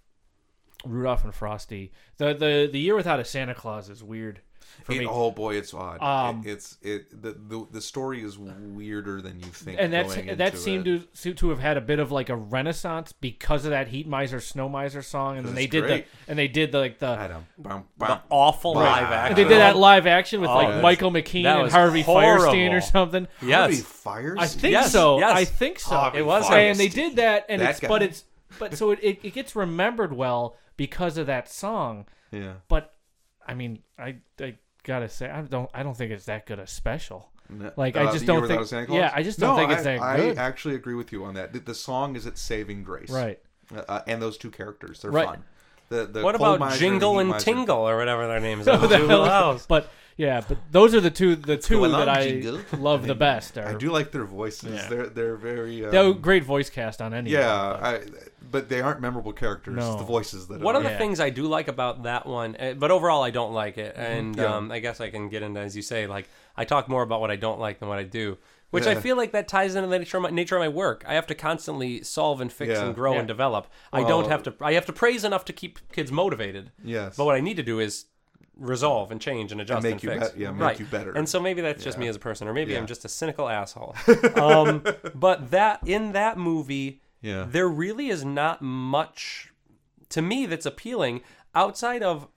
Rudolph and Frosty. The the the year without a Santa Claus is weird for It- me. oh boy, it's odd. Um, It- it's it the, the the story is weirder than you think. and that's going that into seemed it. to seem to have had a bit of like a renaissance because of that heat miser snow miser song and then they That's did great. the and they did the, like the, bum, The awful Right. live action. And they did that live action with Oh, like that's- Michael McKean that and was Harvey horrible. Firestein or something Yes. I think Yes, so yes. I think so Harvey It was and Firestein. they did that and That it's guy. but it's but so it, it, it gets remembered well because of that song Yeah. but I mean I I gotta say I don't I don't think it's that good a special No. like Uh, I The just Year don't Without think a Santa Claus? yeah I just don't No, think it's I, that I good actually agree with you on that. The, the song is its saving grace, Right. Uh, Uh, and those two characters, they're Right. fun. The, the what coal about miser Jingle the heat and miser. Tingle or whatever their names What are? the hell is- Who knows? But Yeah, but those are the two the two going that on, I Jingle? love the best. I Are, do like their voices. Yeah. They're they're very. Um, they're a great voice cast on any. yeah, I, but they aren't memorable characters. No. The voices that One are. of the things I do like about that one, eh, but overall I don't like it, and Mm-hmm. Yeah. um, I guess I can get into as you say, like I talk more about what I don't like than what I do, which I Yeah. feel like that ties into the nature of my, nature of my work. I have to constantly solve and fix Yeah. and grow Yeah. and develop. I Well- don't have to. I have to praise enough to keep kids motivated. Yes. But what I need to do is resolve and change and adjust make and you fix. bet- yeah, make right. you better. And so maybe that's just Yeah. me as a person, or maybe Yeah. I'm just a cynical asshole. um, but that in that movie, Yeah. there really is not much to me that's appealing outside of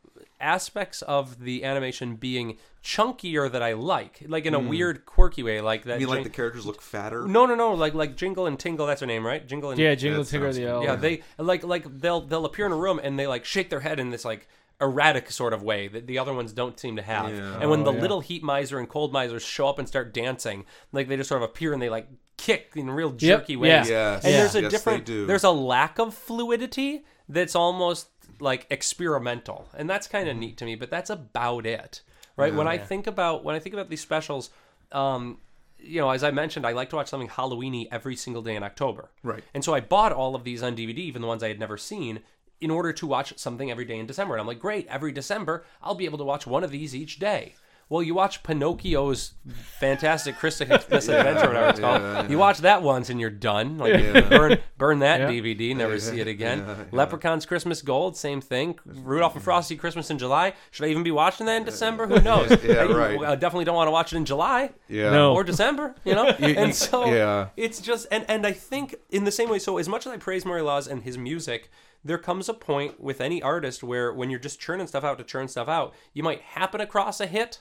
aspects of the animation being chunkier that I like, like in a weird, quirky way, like that. I Mm. mean, like the Jing- characters look fatter. no, no, no, like like Jingle and Tingle. That's her name, right? Jingle and Yeah, Jingle That Tinker sounds the good. Owl. yeah, they like like they'll they'll appear in a room and they like shake their head in this like erratic sort of way that the other ones don't seem to have. Yeah. And when the little heat miser and cold miser show up and start dancing, like they just sort of appear and they like kick in real jerky yeah. ways. Yes. And there's a Yes, they different do. there's a lack of fluidity that's almost like experimental. And that's kind of neat to me, but that's about it. Right? When I think about when I think about these specials, um you know, as I mentioned, I like to watch something Halloweeny every single day in October. Right. And so I bought all of these on DVD, even the ones I had never seen, in order to watch something every day in December. And I'm like, great, every December, I'll be able to watch one of these each day. Well, you watch Pinocchio's Fantastic Christmas Adventure, or whatever it's called. You watch that once and you're done. Like, burn, burn that DVD, never see it again. Leprechaun's Christmas Gold, same thing. Rudolph and Frosty Christmas in July. Should I even be watching that in December? Who knows? Yeah, I right. uh, definitely don't want to watch it in July Yeah. No. or December, you know? and so yeah. it's just and and I think in the same way so as much as I praise Murray Laws and his music, there comes a point with any artist where when you're just churning stuff out to churn stuff out, you might happen across a hit,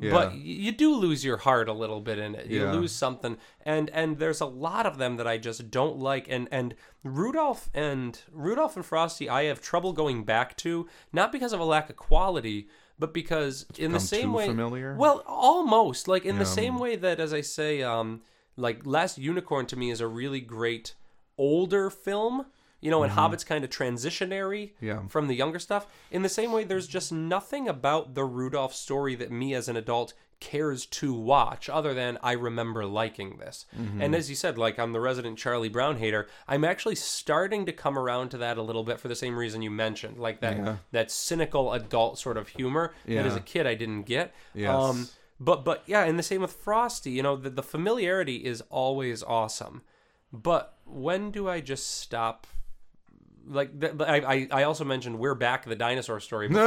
Yeah. but y- you do lose your heart a little bit in it. You Yeah. lose something. And and there's a lot of them that I just don't like and and Rudolph and Rudolph and Frosty I have trouble going back to not because of a lack of quality, but because in the become same too way familiar? Well, well, almost like in the same way that, as I say, um, like Last Unicorn to me is a really great older film. You know, and Hobbit's kind of transitionary Mm-hmm. Yeah. from the younger stuff. In the same way, there's just nothing about the Rudolph story that me as an adult cares to watch, other than I remember liking this. Mm-hmm. And as you said, like I'm the resident Charlie Brown hater. I'm actually starting to come around to that a little bit for the same reason you mentioned, like that that cynical adult sort of humor that as Yeah. a kid I didn't get. Yes. Um, but but yeah, and the same with Frosty. You know, the, the familiarity is always awesome. But when do I just stop? Like th- but I, I I also mentioned we're back the dinosaur story. Before.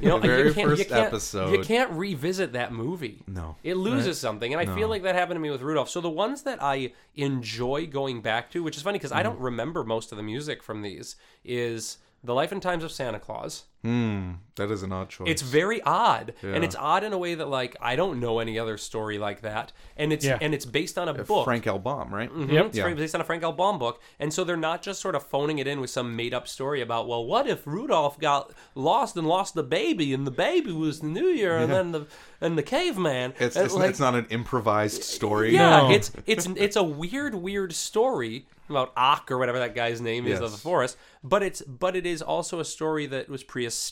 You know, the very you can't, first you can't, episode. You can't revisit that movie. No. It loses something. And I feel like that happened to me with Rudolph. So the ones that I enjoy going back to, which is funny because I Mm-hmm. don't remember most of the music from these, is The Life and Times of Santa Claus. That is an odd choice. It's very odd, Yeah. and it's odd in a way that like I don't know any other story like that, and it's Yeah. and it's based on a book. Frank L. Baum, right? Mhm. It's Yeah. fra- based on a Frank L. Baum book, and so they're not just sort of phoning it in with some made up story about well, what if Rudolph got lost and lost the baby, and the baby was the New Year, and then the and the caveman. It's And, it's, like, it's not an improvised story. yeah, No. it's it's it's a weird, weird story about Ock or whatever that guy's name is of the Yes. forest. But it's but it is also a story that was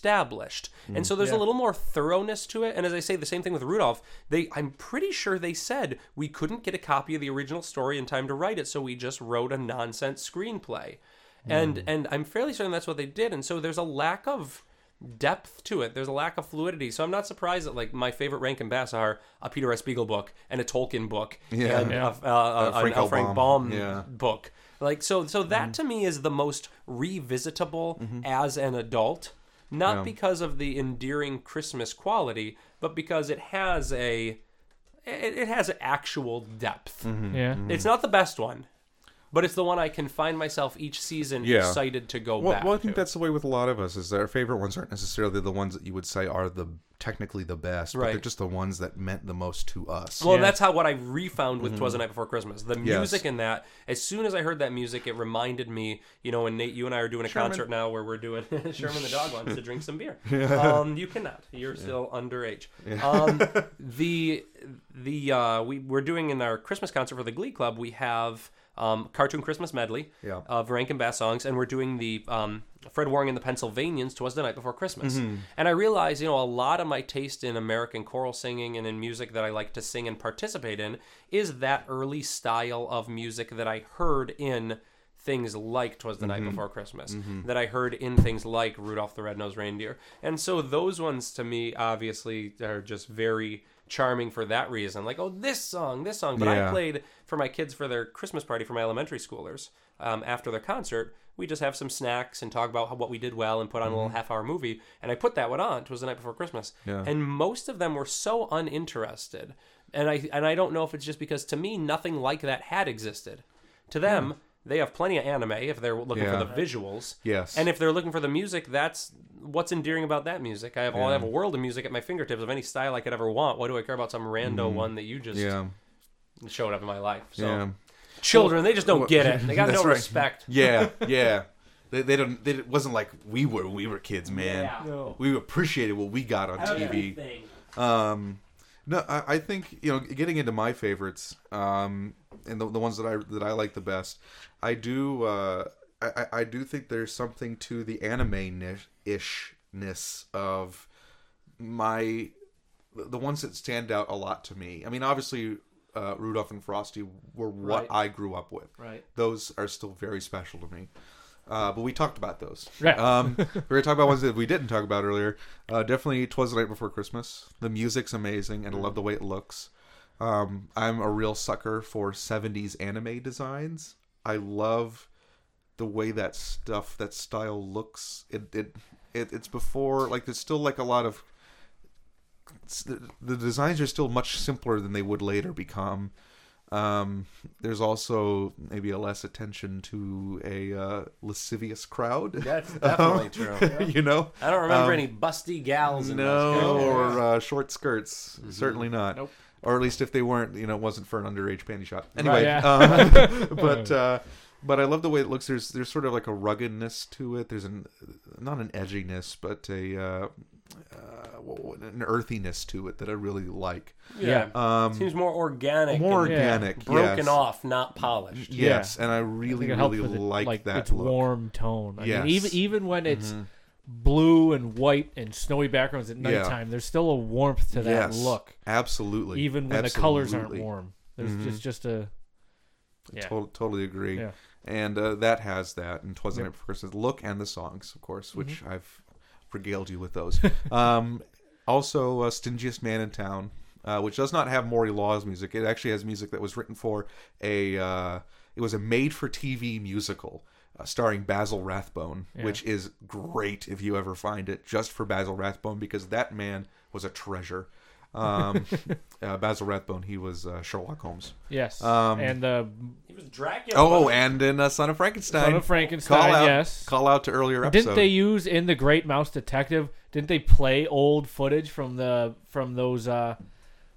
pre-established, Mm, and so there's a little more thoroughness to it. And as I say, the same thing with Rudolph. They, I'm pretty sure they said we couldn't get a copy of the original story in time to write it, so we just wrote a nonsense screenplay. And Mm. and I'm fairly certain that's what they did. And so there's a lack of depth to it. There's a lack of fluidity. So I'm not surprised that like my favorite Rankin Bass are a Peter S. Beagle book and a Tolkien book Yeah. and Yeah. A, uh, Frank Frank, a, L. Frank Baum. Baum, Yeah. Mm-hmm. book. Like so so that to me is the most revisitable as an adult, not because of the endearing Christmas quality, but because it has a it, it has actual depth. Mm-hmm. yeah. It's not the best one, but it's the one I can find myself each season Yeah. excited to go Well, back. well, I think to. that's the way with a lot of us is that our favorite ones aren't necessarily the ones that you would say are the technically the best, but Right. they're just the ones that meant the most to us. Well, that's how what I refound with "Twas the Night Before Christmas." The music in that, as soon as I heard that music, it reminded me. You know, and Nate, you and I are doing a concert now where we're doing Sherman the dog wants to drink some beer. Um, you cannot. You're still underage. Um, the the uh, we we're doing in our Christmas concert for the Glee Club. We have um, cartoon Christmas medley Yeah. of Rankin Bass songs, and we're doing the um, Fred Waring and the Pennsylvanians, Twas the Night Before Christmas. Mhm. And I realized, you know, a lot of my taste in American choral singing and in music that I like to sing and participate in is that early style of music that I heard in things like Twas the Night Mhm. Before Christmas, Mhm. that I heard in things like Rudolph the Red-Nosed Reindeer. And so those ones to me, obviously, are just very charming for that reason. Like, oh, this song, this song. But I Yeah. played for my kids for their Christmas party for my elementary schoolers. Um, after their concert, we just have some snacks and talk about how, what we did well and put on a little Mhm. half hour movie. And I put that one on. It was the night before Christmas. Yeah. And most of them were so uninterested. And I and I don't know if it's just because to me nothing like that had existed. To them, they have plenty of anime if they're looking Yeah. for the visuals. Yes. And if they're looking for the music, that's what's endearing about that music. I have all I Yeah. have a world of music at my fingertips of any style I could ever want. Why do I care about some rando Mhm. one that you just yeah. showed up in my life? So yeah. children, they just don't get it. They got That's no right. respect. Yeah, yeah. They, they don't. They, it wasn't like we were. when We were kids, man. Yeah. No. We appreciated what we got on TV. Everything. Um, no, I, I think you know. Getting into my favorites, um, and the, the ones that I that I like the best, I do. Uh, I, I- I do think there's something to the anime ishness of my the ones that stand out a lot to me. I mean, obviously, uh, Rudolph and Frosty were what Right. I grew up with. Right. Those are still very special to me. Uh, but we talked about those. Right. Um, we were talking about ones that we didn't talk about earlier. Uh, definitely, Twas the Night Before Christmas. The music's amazing, and I love the way it looks. Um, I'm a real sucker for 70s anime designs. I love the way that stuff, that style looks. It, it, it it's before like there's still like a lot of it's- the, the designs are still much simpler than they would later become. Um, there's also maybe a less attention to a uh, lascivious crowd. That's Um, definitely true. you know, I don't remember Um, any busty gals. In no, those or guys. uh, short skirts. Certainly not. Mm-hmm. Nope. Or at least if they weren't, you know, it wasn't for an underage panty shot. Anyway, Yeah. um, but uh, but I love the way it looks. There's there's sort of like a ruggedness to it. There's an not an edginess, but a uh, uh, wh- wh- an earthiness to it that I really like. yeah. Um, Seems more organic. more and organic, Broken yes. off, not polished. Yes, and I really it helped really with the- like, that its look. warm tone. I Yes. Mm-hmm. mean, even even when it's blue and white and snowy backgrounds at Yeah. nighttime, there's still a warmth to that Yes, look, Absolutely. even when the colors aren't Absolutely. warm. There's Mhm. just just a yeah. Tot- totally agree. Yeah. And uh, that has that, and Twas the Yep. Mm-hmm. Night Before Christmas look and the songs, of course, which I've regaled you with those. um, also, uh, Stingiest Man in Town, uh, which does not have Maury Law's music. It actually has music that was written for a. Uh, it was a made-for-TV musical. Uh, starring Basil Rathbone, Yeah. which is great if you ever find it, just for Basil Rathbone because that man was a treasure. Um, uh, Basil Rathbone, he was uh, Sherlock Holmes. Yes, Um, and uh, the He was Dracula. Oh, and in uh, Son of Frankenstein. Son of Frankenstein, Call out, yes. Call out to earlier episodes. didn't they use in the Great Mouse Detective? Didn't they play old footage from the from those uh,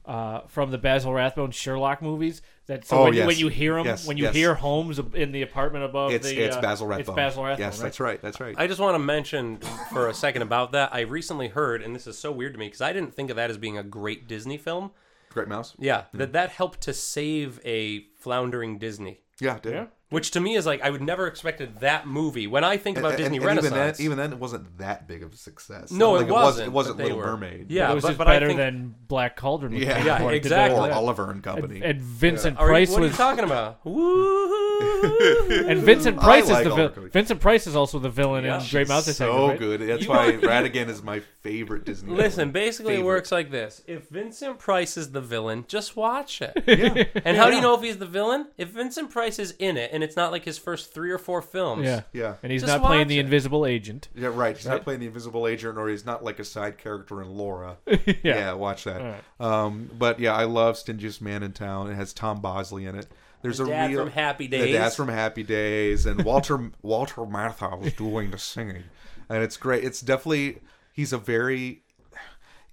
uh, from the Basil Rathbone Sherlock movies? That so Oh, when, you, yes. when you hear him, Yes, when you yes. hear Holmes ab- in the apartment above It's, the it's uh, Basil Rathbone. It's Basil Rathbone. Yes, that's right. That's right. I just want to mention for a second about that. I recently heard, and this is so weird to me because I didn't think of that as being a great Disney film. Great mouse. Yeah, that that helped to save a floundering Disney, Yeah, dude. Yeah. which to me is like I would never expected that movie. When I think And- about and- Disney and even then, Renaissance, even then, it wasn't that big of a success. no, Like, it wasn't. It but wasn't they Little were. Mermaid. Yeah, it was but, just but better I think, than Black Cauldron. was yeah, made Yeah, before it did exactly. Or that. Oliver and Company. And, and Vincent Are you- Price what are was you talking about? Woo! and Vincent Price like is the Oliver vi- Cowdery. Vincent Price is also the villain Yeah. in Great Mouse Detective. so right? good. That's You- why Radigan is my favorite Disney. Listen, villain. basically it Favorite. works like this. If Vincent Price is the villain, just watch it. Yeah. And how do you know if he's the villain? If Vincent Price is in it and it's not like his first three or four films. Yeah, Yeah. And he's Just not playing watch the it. Invisible Agent. Yeah, right. He's not playing the Invisible Agent, or he's not like a side character in Laura. yeah. watch that. Alright. Um, but yeah, I love Stingiest Man in Town. It has Tom Bosley in it. There's The a dad real from Happy The Days. dad's from Happy Days, and Walter Walter Matthau was doing the singing, and it's great. It's definitely he's a very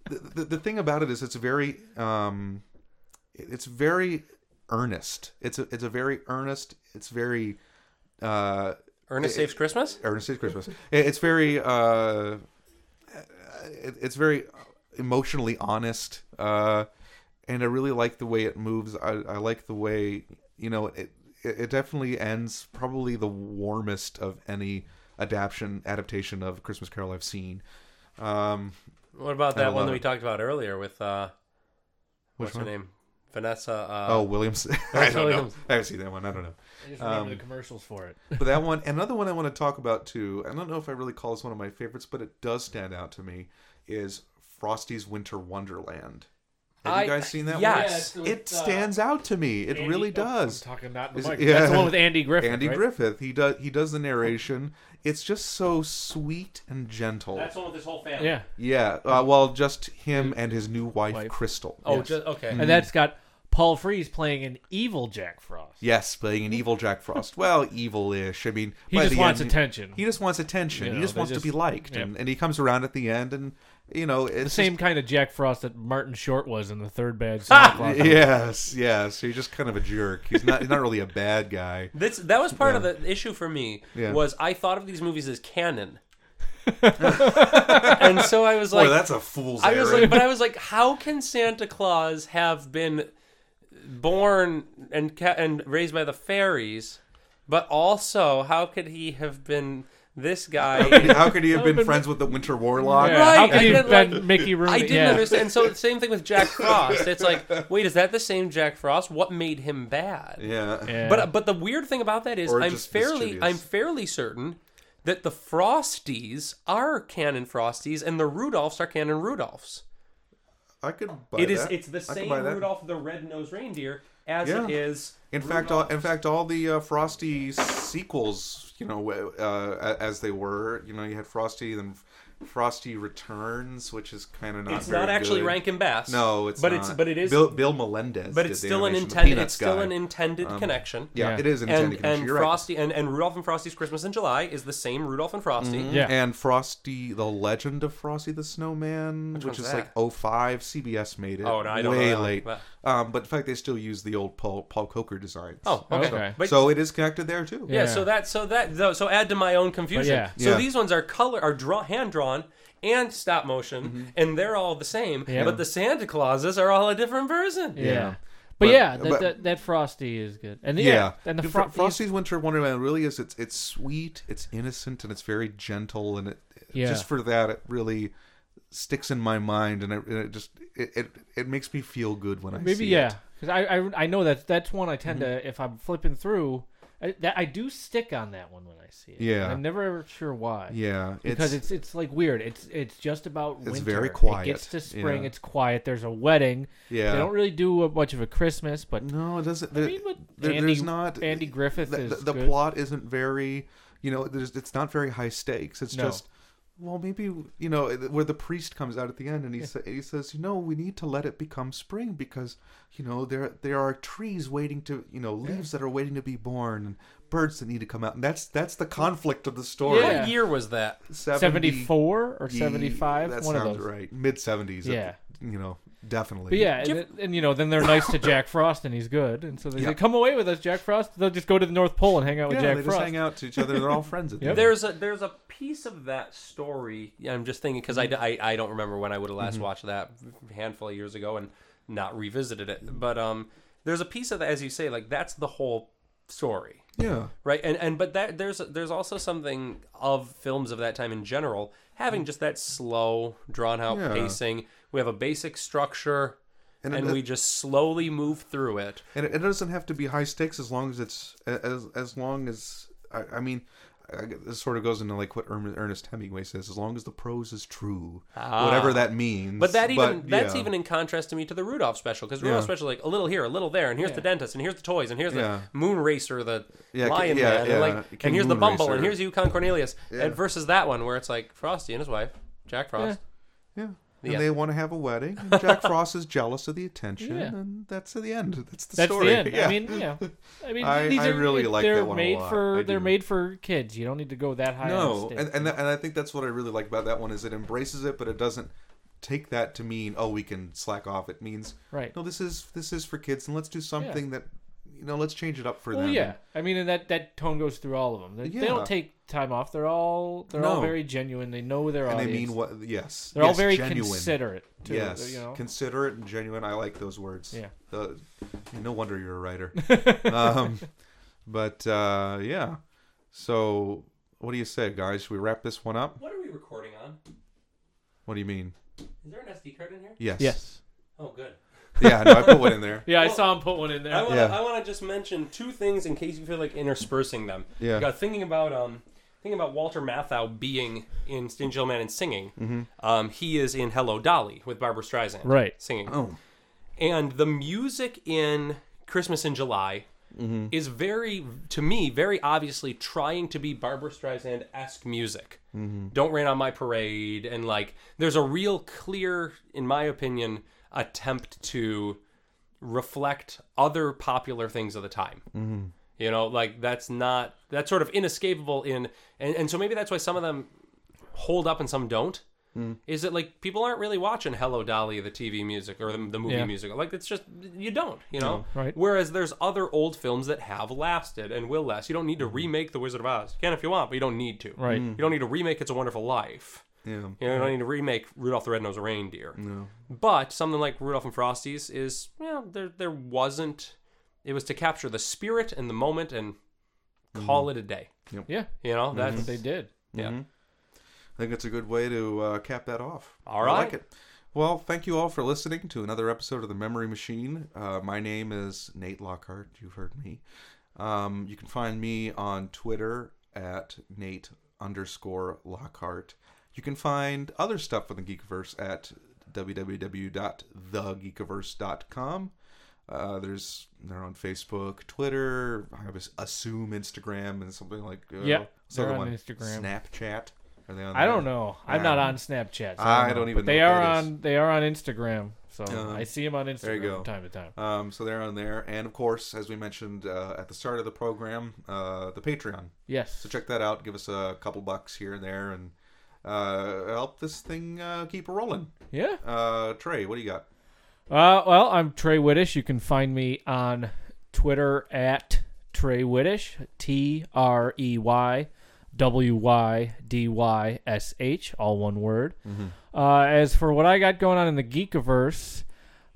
the, the, the thing about it is it's very um it's very earnest. It's a it's a very earnest. It's very uh Ernest Saves Christmas? Ernest Saves Christmas. It- It's very uh, it- it's very emotionally honest, uh, and I really like the way it moves. I, I like the way you know it. It it definitely ends probably the warmest of any adaptation adaptation of Christmas Carol I've seen. Um, What about I that love one that we it. talked about earlier with uh, Which what's her one? name? Vanessa. Uh, oh, Williams. I Vanessa don't know. Williams. I haven't seen that one. I don't know. I just remember Um, the commercials for it. but that one, another one I want to talk about too. I don't know if I really call this one of my favorites, but it does stand out to me. Is Frosty's Winter Wonderland? Have I- you guys seen that? yes. one? it uh, stands out to me. It really does. talking not in the Is- mic. yeah. That's the one with Andy Griffith. Andy right? Griffith. He does. He does the narration. It's just so sweet and gentle. That's the one with his whole family. Yeah. yeah. Uh, well, just him and his new wife, Crystal. Oh, just okay. Mm-hmm. And that's got Paul Frees playing an evil Jack Frost. Yes, playing an evil Jack Frost. Well, evil-ish. I mean, He by just the wants end, attention. He just wants attention. You he know, just they wants just- to be liked, yeah. and, and he comes around at the end, and you know, it's the just- same kind of Jack Frost that Martin Short was in the third bad Santa Claus. movie. yes, yes. He's just kind of a jerk. He's not. he's not really a bad guy. This that was part of the issue for me Yeah. was I thought of these movies as canon, and so I was Boy, like, that's a fool's I was errand. like, but I was like, how can Santa Claus have been born and ca- and raised by the fairies, but also how could he have been this guy? How could he have been friends with the Winter Warlock? Yeah, Right, How could I he have didn't like- been Mickey Rooney? I didn't yeah. understand. And so the same thing with Jack Frost. It's like, wait, is that the same Jack Frost? What made him bad? Yeah. Yeah. But but the weird thing about that is Or I'm just fairly mischievous. I'm fairly certain that the Frosties are canon Frosties and the Rudolphs are canon Rudolphs. I could buy It is that. it's the I could same buy that. Rudolph the Red-Nosed Reindeer as Yeah. it is In fact, all, in fact, all the uh, Frosty sequels, you know, uh, as they were, you know, you had Frosty, then Frosty Returns, which is kind of not. it's very not actually good. Rankin Bass. No, it's but not. it's but it is Bill, Bill Melendez. but did it's the still an animation, the intended Peanuts it's still guy. Um, an intended connection. Yeah, Yeah. it is an And intended connection. and You're Frosty and, and Rudolph and Frosty's Christmas in July is the same Rudolph and Frosty. Yeah. right. And Frosty, the Legend of Frosty the Snowman, which, is one's that? like 05, CBS made it. Oh, no, I don't know way that one, late. but- Um, but in fact, they still use the old Paul, Paul Coker designs. Oh, okay. Okay. But so it is connected there too. Yeah, Yeah. so that so that though so add to my own confusion. yeah. So Yeah. these ones are color are draw hand drawn and stop motion Mm-hmm. and they're all the same, Yeah. but the Santa Clauses are all a different person. Yeah. Yeah. But, But- yeah, that, but- that, that Frosty is good. And the, Yeah, yeah. And the Dude, Fro- Fro- Frosty's Winter Wonderland really is. It's it's sweet, it's innocent, and it's very gentle. And it Yeah. just for that, it really sticks in my mind, and it, and it just it, it it makes me feel good when I Maybe, see yeah. it. Mm-hmm. Because I, I, I know that that's one I tend to, if I'm flipping through, I, that, I do stick on that one when I see it. Yeah. I'm never ever sure why. yeah. because it's, it's like weird. It's it's just about winter. very It quiet, gets to yeah. spring. It's quiet. There's a wedding. Yeah. Mm. They don't really do a, much of a Christmas, but no, it doesn't. There, mean, but there- Andy- there's not Andy Griffith The, the, is the good. plot isn't very. You know, there's it's not very high stakes. It's No. just. Well, maybe you know where the priest comes out at the end, and he sa- he says, "You know, we need to let it become spring because you know there there are trees waiting to you know leaves that are waiting to be born, and birds that need to come out." And that's that's the conflict of the story. What Yeah. year was that? 70 seventy four or seventy five. That One of sounds those. right. Mid seventies. Yeah. you know, definitely. But yeah, and, th- and you know, then they're nice to Jack Frost, and he's good, and so they Yeah. say, "Come away with us, Jack Frost." They'll just go to the North Pole and hang out with yeah, Jack they Frost. just hang out to each other. They're all friends at the Yep. end. There's a there's a piece of that story. yeah, I'm just thinking because I, I, I don't remember when I would have last watched that a handful of years ago and not revisited it. But um, there's a piece of that as you say like that's the whole story. yeah. right and and but that there's there's also something of films of that time in general having just that slow drawn out Yeah. pacing we have a basic structure And and, it- we just slowly move through it and it, it doesn't have to be high stakes as long as it's as as long as I, I mean I, this sort of goes into like what Erm- Ernest Hemingway says as long as the prose is true whatever that means but that even that's yeah. even in contrast to me to the Rudolph special because Rudolph Yeah. special like a little here a little there and here's the dentist and here's the toys and here's the Yeah. moon racer the Yeah, Ki- lion yeah, man yeah, and like King and here's the Moon bumble Racer. and here's Yukon Cornelius and versus that one where it's like Frosty and his wife Jack Frost yeah and Yeah. they want to have a wedding and Jack Frost is jealous of the attention Yeah. and that's the end that's the That's story the end. Yeah. I mean, yeah. I mean, I- these I are, really it- like they're that one a made lot. for I they're do. made for kids. You don't need to go that high. no on and and, that, and I think that's what I really like about that one is it embraces it but it doesn't take that to mean oh we can slack off it means Right. no this is this is for kids and let's do something that you know let's change it up for well, them yeah. I mean, and that that tone goes through all of them. They, they Yeah. don't take time off. They're all they're No. all very genuine. They know their and they audience. mean what yes They're all Yes, very genuine. considerate. Too, yes you know? considerate and genuine i like those words Yeah. The- no wonder you're a writer um, but uh, yeah so What do you say, guys? Should we wrap this one up? What are we recording on? What do you mean? Is there an SD card in here? Yes. Yes. Oh, good. Yeah, no, I put one in there. Yeah, I saw him put one in there. I want to Yeah. I want to just mention two things in case you feel like interspersing them. Yeah. You got thinking about um thinking about Walter Matthau being in Sting Gentleman and singing. Mm-hmm. Um, he is in Hello Dolly with Barbara Streisand. Right. Singing. Oh. And the music in Christmas in July is very to me very obviously trying to be Barbara Streisand esque music. Don't rain on my parade and like there's a real clear, in my opinion, attempt to reflect other popular things of the time. Mm-hmm. You know, like that's not that's sort of inescapable in and, and so maybe that's why some of them hold up and some don't. Mm. Is that like people aren't really watching Hello Dolly, the TV music or the, the movie Yeah. music? Like it's just you don't, you know. right. Whereas there's other old films that have lasted and will last. You don't need to remake The Wizard of Oz. You can if you want, but you don't need to. Mm-hmm. Right. Mm. You don't need to remake It's a Wonderful Life. Yeah. You know, you don't need to remake Rudolph the Red-Nosed Reindeer. No. But something like Rudolph and Frosty's is, you know, there there wasn't. It was to capture the spirit and the moment and call Mm-hmm. it a day. Yeah, You know, that's they did. Yeah. I think that's a good way to uh, cap that off. All I like right. it. Well, thank you all for listening to another episode of The Memory Machine. Uh, my name is Nate Lockhart. You've heard me. Um, you can find me on Twitter at Nate underscore Lockhart. You can find other stuff on the Geekiverse at www.thegeekiverse.com. Uh, there's they're on Facebook, Twitter. I was- assume Instagram and something like uh, Yeah, what's the they're other on one? Instagram. Snapchat. Are they on? I don't there? know. I'm Yeah. not on Snapchat. so I know. don't even But they know what are that is. on. They are on Instagram. So Um, I see them on Instagram there you go. from time to time. Um, so they're on there, and of course, as we mentioned uh, at the start of the program, uh, the Patreon. Yes. So check that out. Give us a couple bucks here and there, and uh, help this thing uh, keep rolling. yeah. Uh, Trey, what do you got? Uh, well, I'm Trey Whittish. You can find me on Twitter at Trey Whittish, T R E Y W Y D Y S H, all one word. Mm-hmm. Uh, as for what I got going on in the Geekiverse,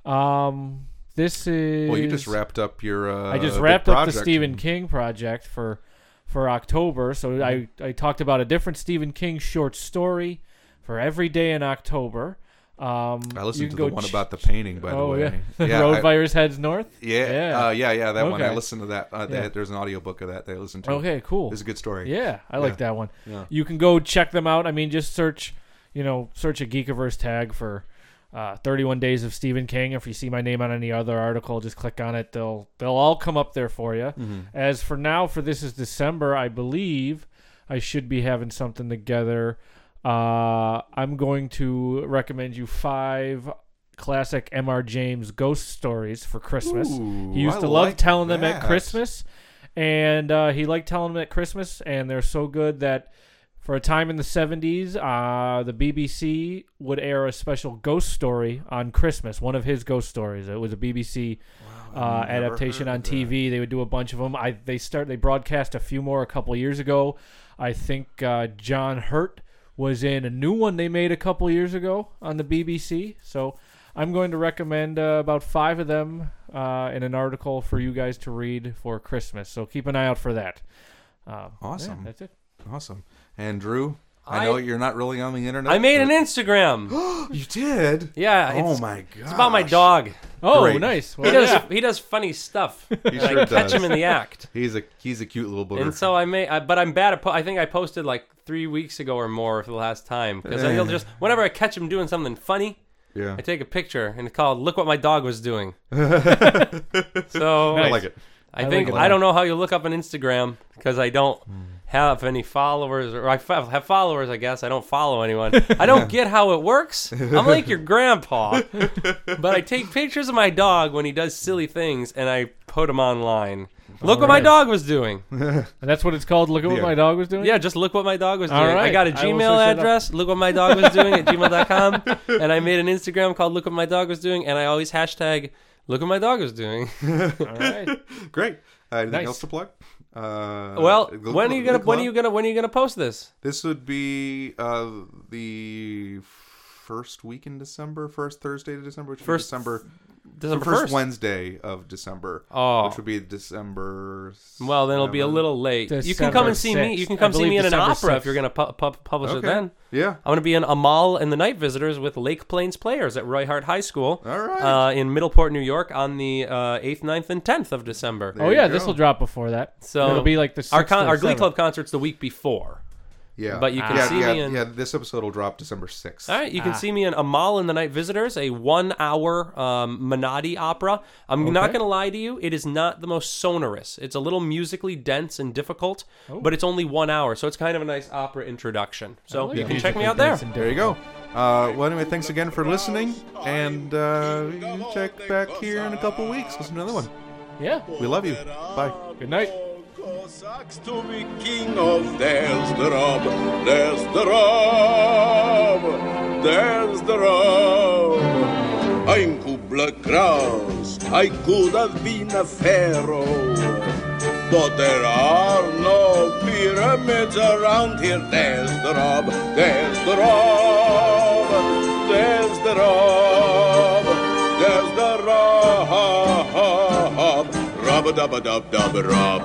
um, this is. Well, you just wrapped up your. Uh, I just big wrapped up the project. Stephen King project for for October. So I, Mm-hmm. I talked about a different Stephen King short story for every day in October. Um, I you listened to can the go one ch- about the painting, by oh the way. yeah, Road I- Virus Heads North. yeah, yeah. yeah, uh, yeah, yeah. That one I Okay. listened to. That uh, Yeah. that- there's an audiobook of that. They listened to. okay, cool. it's a good story. Yeah, I like that one. Yeah. You can go check them out. I mean, just search, you know, search a Geekiverse tag for uh, 31 Days of Stephen King. If you see my name on any other article, just click on it. They'll they'll all come up there for you. Mm-hmm. As for now, for this is December, I believe I should be having something together. Uh, I'm going to recommend you five classic Mr. James ghost stories for Christmas. Ooh, he used I to love like telling them at that. Christmas. Christmas, and uh, he liked telling them at Christmas, and they're so good that for a time in the 70s, uh, the BBC would air a special ghost story on Christmas, one of his ghost stories. It was a BBC uh, never adaptation heard on of that. TV. They would do a bunch of them. I they start they broadcast a few more a couple years ago. I think uh, John Hurt was in a new one they made a couple years ago on the BBC. So I'm going to recommend uh, about five of them uh, in an article for you guys to read for Christmas. So keep an eye out for that. Um, Awesome. Mm-hmm. yeah, that's it. Awesome. And Drew, I, I- know you're not really on the internet. I made an but- Instagram. You did? Yeah, Oh it's- my god. It's about my dog. Oh, Great. nice. Well, He does yeah. he does funny stuff. He And sure I catch does. him in the act. He's a he's a cute little booger. And so I may, I, but I'm bad at. Po- I think I posted like three weeks ago or more for the last time because I'll just whenever I catch him doing something funny, yeah. I take a picture and it's called "Look what my dog was doing." so I like it. I think like it. I don't know how you look up on Instagram because I don't have any followers or I f- have followers. I guess I don't follow anyone. I don't get how it works. I'm like your grandpa, but I take pictures of my dog when he does silly things and I put them online. Look what my dog was doing. And that's what it's called. Look at what Yeah. my dog was doing. Yeah, just look what my dog was All doing. I right. got a I will Gmail search that address, look what my dog was doing at gmail.com, and I made an Instagram called look what my dog was doing, and I always hashtag look what my dog was doing. All right. Great. Uh, anything Nice. else to plug? Uh, well, Glu- when are you Glu- gonna when Glu- are you gonna when are you gonna post this? This would be uh, the first week in December, first Thursday to December, which would be First December December the first, 1st. Wednesday of December, Oh. which would be December. Well, then it'll be a seventh. little late. you can December come and see me. 6th. You can I come see believe me in an December opera if 6th. you're going to pu- pu- publish it Okay. then. Yeah. I'm going to be in Amal and the Night Visitors with Lake Plains Players at Roy Hart High School All right. uh, in Middleport, New York on the uh, 8th, 9th, and 10th of December. Oh you yeah, go. this will drop before that. So it'll be like the our, 6th con- or our Glee 7th. Club concert's the week before. yeah. but you can yeah, see yeah, me in- Yeah, this episode will drop December 6th. All right, you can Ah. see me in Amal and the Night Visitors, a one-hour um, Minotti opera. I'm not going to lie to you; it is not the most sonorous. It's a little musically dense and difficult, Oh. but it's only one hour, so it's kind of a nice opera introduction. So you can check me out there. There you go. Uh, well, anyway, thanks again for listening, and uh, you check back here in a couple weeks with another one. Yeah. We love you. Bye. Good night. Cossacks to be king of there's the rub, there's the rub, there's the rub. I'm Kubla Kraus, I could have been a pharaoh, but there are no pyramids around here. There's the rub, there's the rub, there's the rub, there's the rub, rub a dub a dub dub rub.